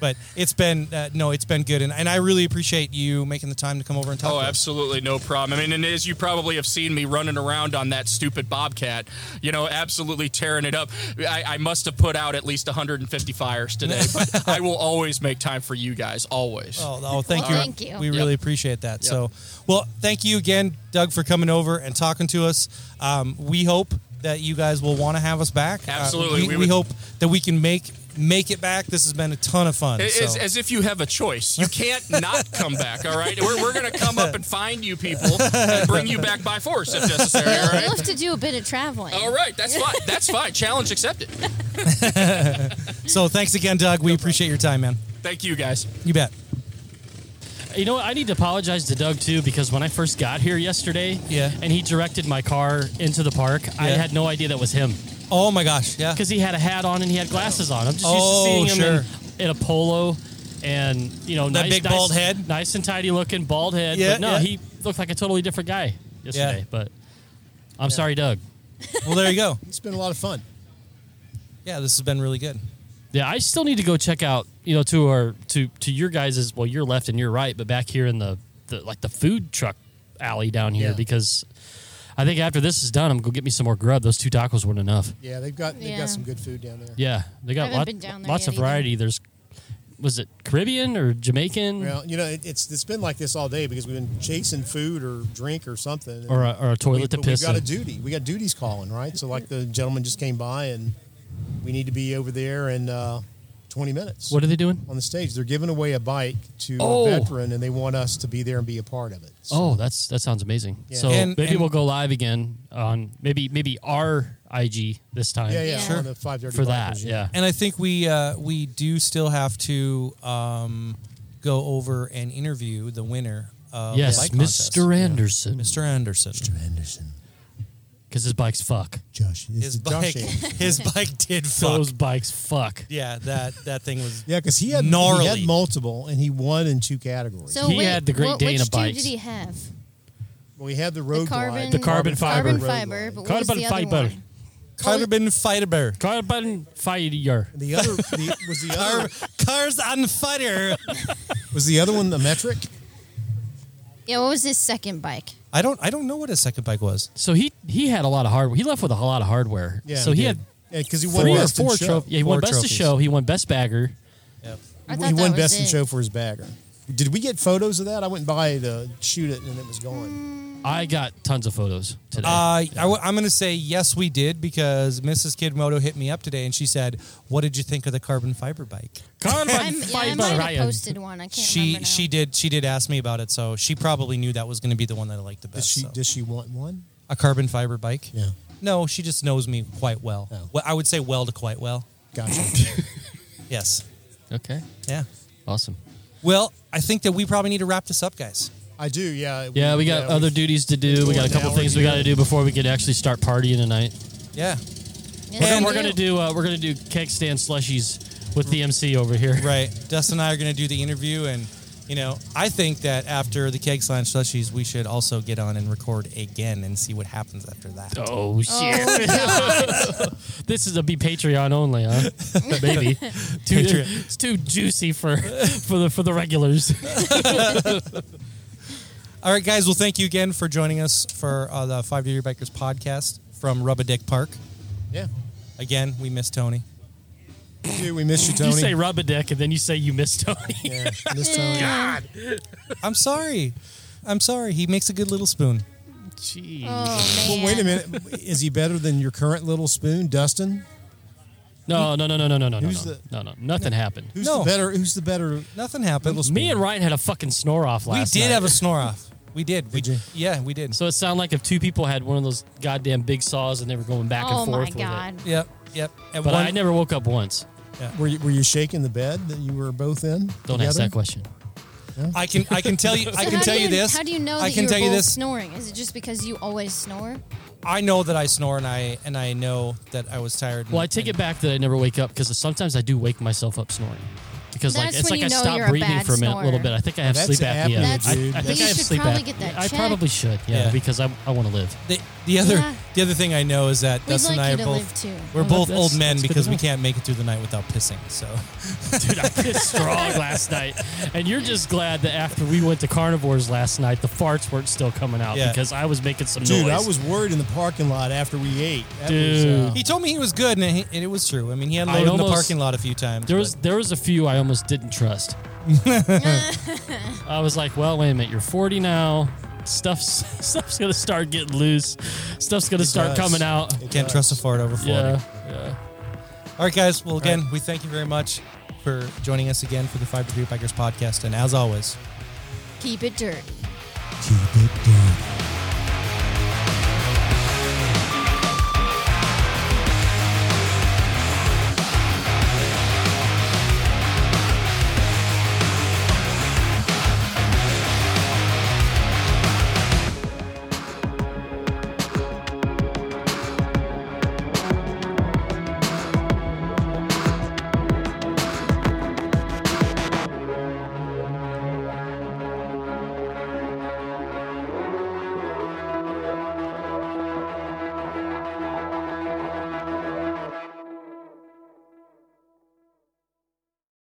[SPEAKER 1] but it's been uh, no, it's been good, and, and I really appreciate you making the time to come over and talk.
[SPEAKER 7] Oh,
[SPEAKER 1] to us.
[SPEAKER 7] absolutely no problem. I mean, and as you probably have seen me running around on that stupid Bobcat, you know, absolutely tearing it up. I, I must have put out at least 150 fires today, but I will always make time for you guys, always.
[SPEAKER 1] Oh, oh, thank
[SPEAKER 2] Well,
[SPEAKER 1] you.
[SPEAKER 2] thank you.
[SPEAKER 1] We really appreciate that. So, well, thank you again, Doug, for coming over and talking to us. Um, we hope that you guys will want to have us back. Uh,
[SPEAKER 7] Absolutely,
[SPEAKER 1] we,
[SPEAKER 7] we
[SPEAKER 1] we
[SPEAKER 7] would-
[SPEAKER 1] hope that we can make make it back. This has been a ton of fun.
[SPEAKER 7] It- It's
[SPEAKER 1] so.
[SPEAKER 7] as if you have a choice. You can't not come back, all right? We're, we're going to come up and find you people and bring you back by force if necessary, all
[SPEAKER 2] You'll
[SPEAKER 7] right?
[SPEAKER 2] have to do a bit of traveling.
[SPEAKER 7] All right, that's fine. That's fine. Challenge accepted.
[SPEAKER 1] so, thanks again, Doug. We appreciate your time, man.
[SPEAKER 7] Thank you, guys.
[SPEAKER 1] You bet.
[SPEAKER 4] You know what? I need to apologize to Doug too because when I first got here yesterday,
[SPEAKER 1] Yeah.
[SPEAKER 4] and he directed my car into the park, I
[SPEAKER 1] Yeah.
[SPEAKER 4] had no idea that was him
[SPEAKER 1] Oh my gosh, yeah.
[SPEAKER 4] because he had a hat on and he had glasses on. I'm just
[SPEAKER 1] Oh,
[SPEAKER 4] used to seeing him
[SPEAKER 1] sure.
[SPEAKER 4] in, in a polo and you know
[SPEAKER 1] That
[SPEAKER 4] nice,
[SPEAKER 1] big
[SPEAKER 4] nice-
[SPEAKER 1] bald head?
[SPEAKER 4] nice and tidy looking bald head.
[SPEAKER 1] Yeah,
[SPEAKER 4] but no,
[SPEAKER 1] yeah.
[SPEAKER 4] he looked like a totally different guy yesterday.
[SPEAKER 1] Yeah.
[SPEAKER 4] But I'm sorry, Doug.
[SPEAKER 1] Well, there you go.
[SPEAKER 3] It's been a lot of fun.
[SPEAKER 1] Yeah, this has been really good.
[SPEAKER 4] Yeah, I still need to go check out, you know, to our to to your guys' well, your left and your right, but back here in the, the like the food truck alley down here
[SPEAKER 3] Yeah.
[SPEAKER 4] because I think after this is done, I'm gonna get me some more grub. Those two tacos weren't enough.
[SPEAKER 3] Yeah, they've got they've
[SPEAKER 2] Yeah.
[SPEAKER 3] got some good food down there.
[SPEAKER 4] Yeah, they got
[SPEAKER 2] haven't
[SPEAKER 4] lot,
[SPEAKER 2] been down there
[SPEAKER 4] lots
[SPEAKER 2] yet
[SPEAKER 4] of variety. There's was it Caribbean or Jamaican
[SPEAKER 3] Well, you know, it, it's it's been like this all day because we've been chasing food or drink or something.
[SPEAKER 4] or a, or a toilet
[SPEAKER 3] we,
[SPEAKER 4] to
[SPEAKER 3] but
[SPEAKER 4] piss
[SPEAKER 3] We've got
[SPEAKER 4] in.
[SPEAKER 3] a duty. We got duties calling, right? So like the gentleman just came by and we need to be over there in uh, 20 minutes.
[SPEAKER 4] What are they doing?
[SPEAKER 3] on the stage, they're giving away a bike to
[SPEAKER 4] Oh.
[SPEAKER 3] a veteran, and they want us to be there and be a part of it. So-
[SPEAKER 4] Oh, that's that sounds amazing.
[SPEAKER 3] Yeah.
[SPEAKER 4] So
[SPEAKER 1] And-
[SPEAKER 4] maybe
[SPEAKER 1] and-
[SPEAKER 4] we'll go live again on maybe maybe our IG this time.
[SPEAKER 3] yeah, yeah,
[SPEAKER 2] Yeah.
[SPEAKER 3] on the 5:30
[SPEAKER 4] For
[SPEAKER 3] Bikers,
[SPEAKER 4] that, yeah.
[SPEAKER 1] And I think we uh, we do still have to um, go over and interview the winner. Of the
[SPEAKER 4] Yes,
[SPEAKER 1] bike contest.
[SPEAKER 4] Mr. Anderson,
[SPEAKER 1] Mr. Anderson.
[SPEAKER 3] Anderson,
[SPEAKER 4] because his bike's fuck.
[SPEAKER 3] Josh, it's
[SPEAKER 1] His
[SPEAKER 3] the Josh
[SPEAKER 1] bike,
[SPEAKER 3] Anderson.
[SPEAKER 1] his bike did fuck.
[SPEAKER 4] Those bikes fuck.
[SPEAKER 1] Yeah, that that thing was.
[SPEAKER 3] Yeah, because he had
[SPEAKER 1] Gnarly.
[SPEAKER 3] he had multiple, and he won in two categories.
[SPEAKER 2] So
[SPEAKER 4] He
[SPEAKER 2] wait,
[SPEAKER 4] had the Great
[SPEAKER 2] what,
[SPEAKER 4] Dana
[SPEAKER 2] which
[SPEAKER 4] bikes.
[SPEAKER 2] two did he have?
[SPEAKER 3] we had the road
[SPEAKER 2] the carbon,
[SPEAKER 3] glide,
[SPEAKER 4] The carbon fiber.
[SPEAKER 2] carbon
[SPEAKER 3] Road
[SPEAKER 2] fiber.
[SPEAKER 3] glide.
[SPEAKER 2] But what was
[SPEAKER 4] Carbon
[SPEAKER 2] the other
[SPEAKER 4] fiber.
[SPEAKER 2] one?
[SPEAKER 1] Carbon fighter.
[SPEAKER 4] Carbon fire.
[SPEAKER 3] The other the, was the other
[SPEAKER 1] Cars on fire.
[SPEAKER 3] was the other one the metric.
[SPEAKER 2] Yeah, what was his second bike?
[SPEAKER 1] I don't I don't know what his second bike was.
[SPEAKER 4] So he he had a lot of hardware. He left with a lot of hardware.
[SPEAKER 3] Yeah,
[SPEAKER 4] so he had
[SPEAKER 3] because he won
[SPEAKER 4] three or
[SPEAKER 3] best in
[SPEAKER 4] four
[SPEAKER 3] show.
[SPEAKER 4] trophies. Yeah, he won
[SPEAKER 1] Four
[SPEAKER 4] best
[SPEAKER 1] trophies.
[SPEAKER 4] of show. He won best bagger.
[SPEAKER 2] I
[SPEAKER 3] He
[SPEAKER 2] thought that
[SPEAKER 3] won
[SPEAKER 2] was
[SPEAKER 3] best in
[SPEAKER 2] it.
[SPEAKER 3] show for his bagger. Did we get photos of that? I went by to shoot it, and it was
[SPEAKER 2] Mm.
[SPEAKER 3] gone.
[SPEAKER 4] I got tons of photos today.
[SPEAKER 1] Uh, I w- I'm going to say yes, we did because Mrs. Kidmoto hit me up today and she said, "What did you think of the carbon fiber bike?"
[SPEAKER 4] carbon
[SPEAKER 2] I'm, yeah, I might have posted one. I can't
[SPEAKER 1] She
[SPEAKER 2] remember now.
[SPEAKER 1] she did she did ask me about it, so she probably knew that was going to be the one that I liked the
[SPEAKER 3] Does
[SPEAKER 1] best.
[SPEAKER 3] she
[SPEAKER 1] so.
[SPEAKER 3] does she want one?
[SPEAKER 1] a carbon fiber bike?
[SPEAKER 3] Yeah.
[SPEAKER 1] No, she just knows me quite well.
[SPEAKER 3] Oh.
[SPEAKER 1] Well, I would say well to quite well.
[SPEAKER 3] Gotcha.
[SPEAKER 1] Yes.
[SPEAKER 4] Okay,
[SPEAKER 1] Yeah.
[SPEAKER 4] awesome.
[SPEAKER 1] Well, I think that we probably need to wrap this up, guys.
[SPEAKER 3] I do. Yeah.
[SPEAKER 4] Yeah, we got other
[SPEAKER 3] we-
[SPEAKER 4] duties to do. We got a
[SPEAKER 3] An
[SPEAKER 4] couple
[SPEAKER 3] hour
[SPEAKER 4] things we
[SPEAKER 3] here.
[SPEAKER 4] got to do before we could actually start partying tonight.
[SPEAKER 1] Yeah.
[SPEAKER 2] Yeah,
[SPEAKER 1] And-
[SPEAKER 4] We're, gonna,
[SPEAKER 2] they
[SPEAKER 4] we're gonna do uh, we're gonna do keg stand slushies with the MC over here.
[SPEAKER 1] Right. Dustin and I are going to do the interview, and you know, I think that after the keg slam slushies, we should also get on and record again and see what happens after that.
[SPEAKER 4] Oh shit!
[SPEAKER 2] Oh,
[SPEAKER 4] This is a be Patreon only, huh? Maybe too, it's too juicy for for the for the regulars.
[SPEAKER 1] All right, guys. Well, thank you again for joining us for uh, the Five Year Bikers podcast from Rubba Dick Park.
[SPEAKER 3] Yeah.
[SPEAKER 1] Again, we miss Tony.
[SPEAKER 3] We do. We miss you, Tony.
[SPEAKER 4] You say rub a dick and then you say you miss Tony.
[SPEAKER 3] yeah. Miss Tony.
[SPEAKER 1] I'm sorry. I'm sorry. He makes a good little spoon.
[SPEAKER 4] Jeez.
[SPEAKER 2] oh, man.
[SPEAKER 3] Well, wait a minute. Is he better than your current little spoon, Dustin?
[SPEAKER 4] No, no, no, no, no, no, no, no,
[SPEAKER 3] Who's
[SPEAKER 4] no,
[SPEAKER 3] the-
[SPEAKER 4] no, no. Nothing happened.
[SPEAKER 3] Who's
[SPEAKER 1] No.
[SPEAKER 3] the better? Who's the better?
[SPEAKER 1] Nothing happened.
[SPEAKER 4] Me and Ryan had a fucking snore off
[SPEAKER 1] we
[SPEAKER 4] last.
[SPEAKER 1] did
[SPEAKER 4] night.
[SPEAKER 1] have a snore off. We did. We
[SPEAKER 3] Did you?
[SPEAKER 1] Yeah, we did.
[SPEAKER 4] So it sounded like if two people had one of those goddamn big saws and they were going back
[SPEAKER 2] Oh,
[SPEAKER 4] and
[SPEAKER 2] my
[SPEAKER 4] forth
[SPEAKER 2] God.
[SPEAKER 4] with it.
[SPEAKER 1] Yep. Yep. At
[SPEAKER 4] But
[SPEAKER 1] one-
[SPEAKER 4] I never woke up once.
[SPEAKER 3] Were you, were you shaking the bed that you were both in?
[SPEAKER 4] Don't ask that question.
[SPEAKER 1] I can. I can tell you. I
[SPEAKER 2] So
[SPEAKER 1] can
[SPEAKER 2] how
[SPEAKER 1] tell
[SPEAKER 2] do
[SPEAKER 1] you, this.
[SPEAKER 2] How do you know
[SPEAKER 1] I
[SPEAKER 2] that
[SPEAKER 1] can
[SPEAKER 2] you're
[SPEAKER 1] tell
[SPEAKER 2] both
[SPEAKER 1] you this.
[SPEAKER 2] snoring? Is it just because you always snore?
[SPEAKER 1] I know that I snore and I and I know that I was tired. and-
[SPEAKER 4] Well, I take it back that I never wake up because sometimes I do wake myself up snoring. Because like
[SPEAKER 2] That's
[SPEAKER 4] it's
[SPEAKER 2] when
[SPEAKER 4] like
[SPEAKER 2] you
[SPEAKER 4] I
[SPEAKER 2] know
[SPEAKER 4] stop
[SPEAKER 2] you're a
[SPEAKER 4] breathing
[SPEAKER 2] bad
[SPEAKER 4] for a minute,
[SPEAKER 2] snorer.
[SPEAKER 4] little bit. I think I have
[SPEAKER 3] Now,
[SPEAKER 4] sleep
[SPEAKER 3] that's
[SPEAKER 4] apnea.
[SPEAKER 3] apnea,
[SPEAKER 4] I,
[SPEAKER 2] That's- dude.
[SPEAKER 4] I
[SPEAKER 2] but
[SPEAKER 4] think
[SPEAKER 2] you
[SPEAKER 4] I have
[SPEAKER 2] should
[SPEAKER 4] sleep
[SPEAKER 2] probably
[SPEAKER 4] apnea.
[SPEAKER 2] get that
[SPEAKER 4] I
[SPEAKER 2] checked.
[SPEAKER 4] probably should, yeah,
[SPEAKER 1] Yeah.
[SPEAKER 4] because I, I want to live.
[SPEAKER 1] The, the other
[SPEAKER 2] Yeah.
[SPEAKER 1] the other thing I know is that Dustin
[SPEAKER 2] like
[SPEAKER 1] and
[SPEAKER 2] you
[SPEAKER 1] I are
[SPEAKER 2] to
[SPEAKER 1] both
[SPEAKER 2] live too.
[SPEAKER 1] we're
[SPEAKER 4] Well,
[SPEAKER 1] both
[SPEAKER 4] that's-
[SPEAKER 1] old men
[SPEAKER 4] that's good
[SPEAKER 1] because
[SPEAKER 4] to
[SPEAKER 1] we
[SPEAKER 4] know.
[SPEAKER 1] can't make it through the night without pissing. So
[SPEAKER 4] Dude, I pissed strong last night, and you're just glad that after we went to carnivores last night, the farts weren't still coming out
[SPEAKER 1] Yeah.
[SPEAKER 4] because I was making some
[SPEAKER 3] Dude, I
[SPEAKER 4] noise.
[SPEAKER 3] was worried in the parking lot after we ate. That
[SPEAKER 4] Dude.
[SPEAKER 3] Was, uh,
[SPEAKER 1] he told me he was good and it, and it was true. I mean, he had
[SPEAKER 4] I
[SPEAKER 1] loaded in the
[SPEAKER 4] almost-
[SPEAKER 1] parking lot a few times.
[SPEAKER 4] There was
[SPEAKER 1] but-
[SPEAKER 4] there was a few I almost didn't trust. I was like, well, wait a minute, you're 40 now. Stuff's stuff's gonna start getting loose. Stuff's gonna start
[SPEAKER 3] does.
[SPEAKER 4] coming out.
[SPEAKER 3] It
[SPEAKER 1] can't
[SPEAKER 3] does.
[SPEAKER 1] trust a fart over forty.
[SPEAKER 4] Yeah, yeah.
[SPEAKER 1] All right, guys. Well, again, we thank you very much for joining us again for the Five Degree Bikers podcast. And as always,
[SPEAKER 2] Keep it dirty.
[SPEAKER 3] Keep it down.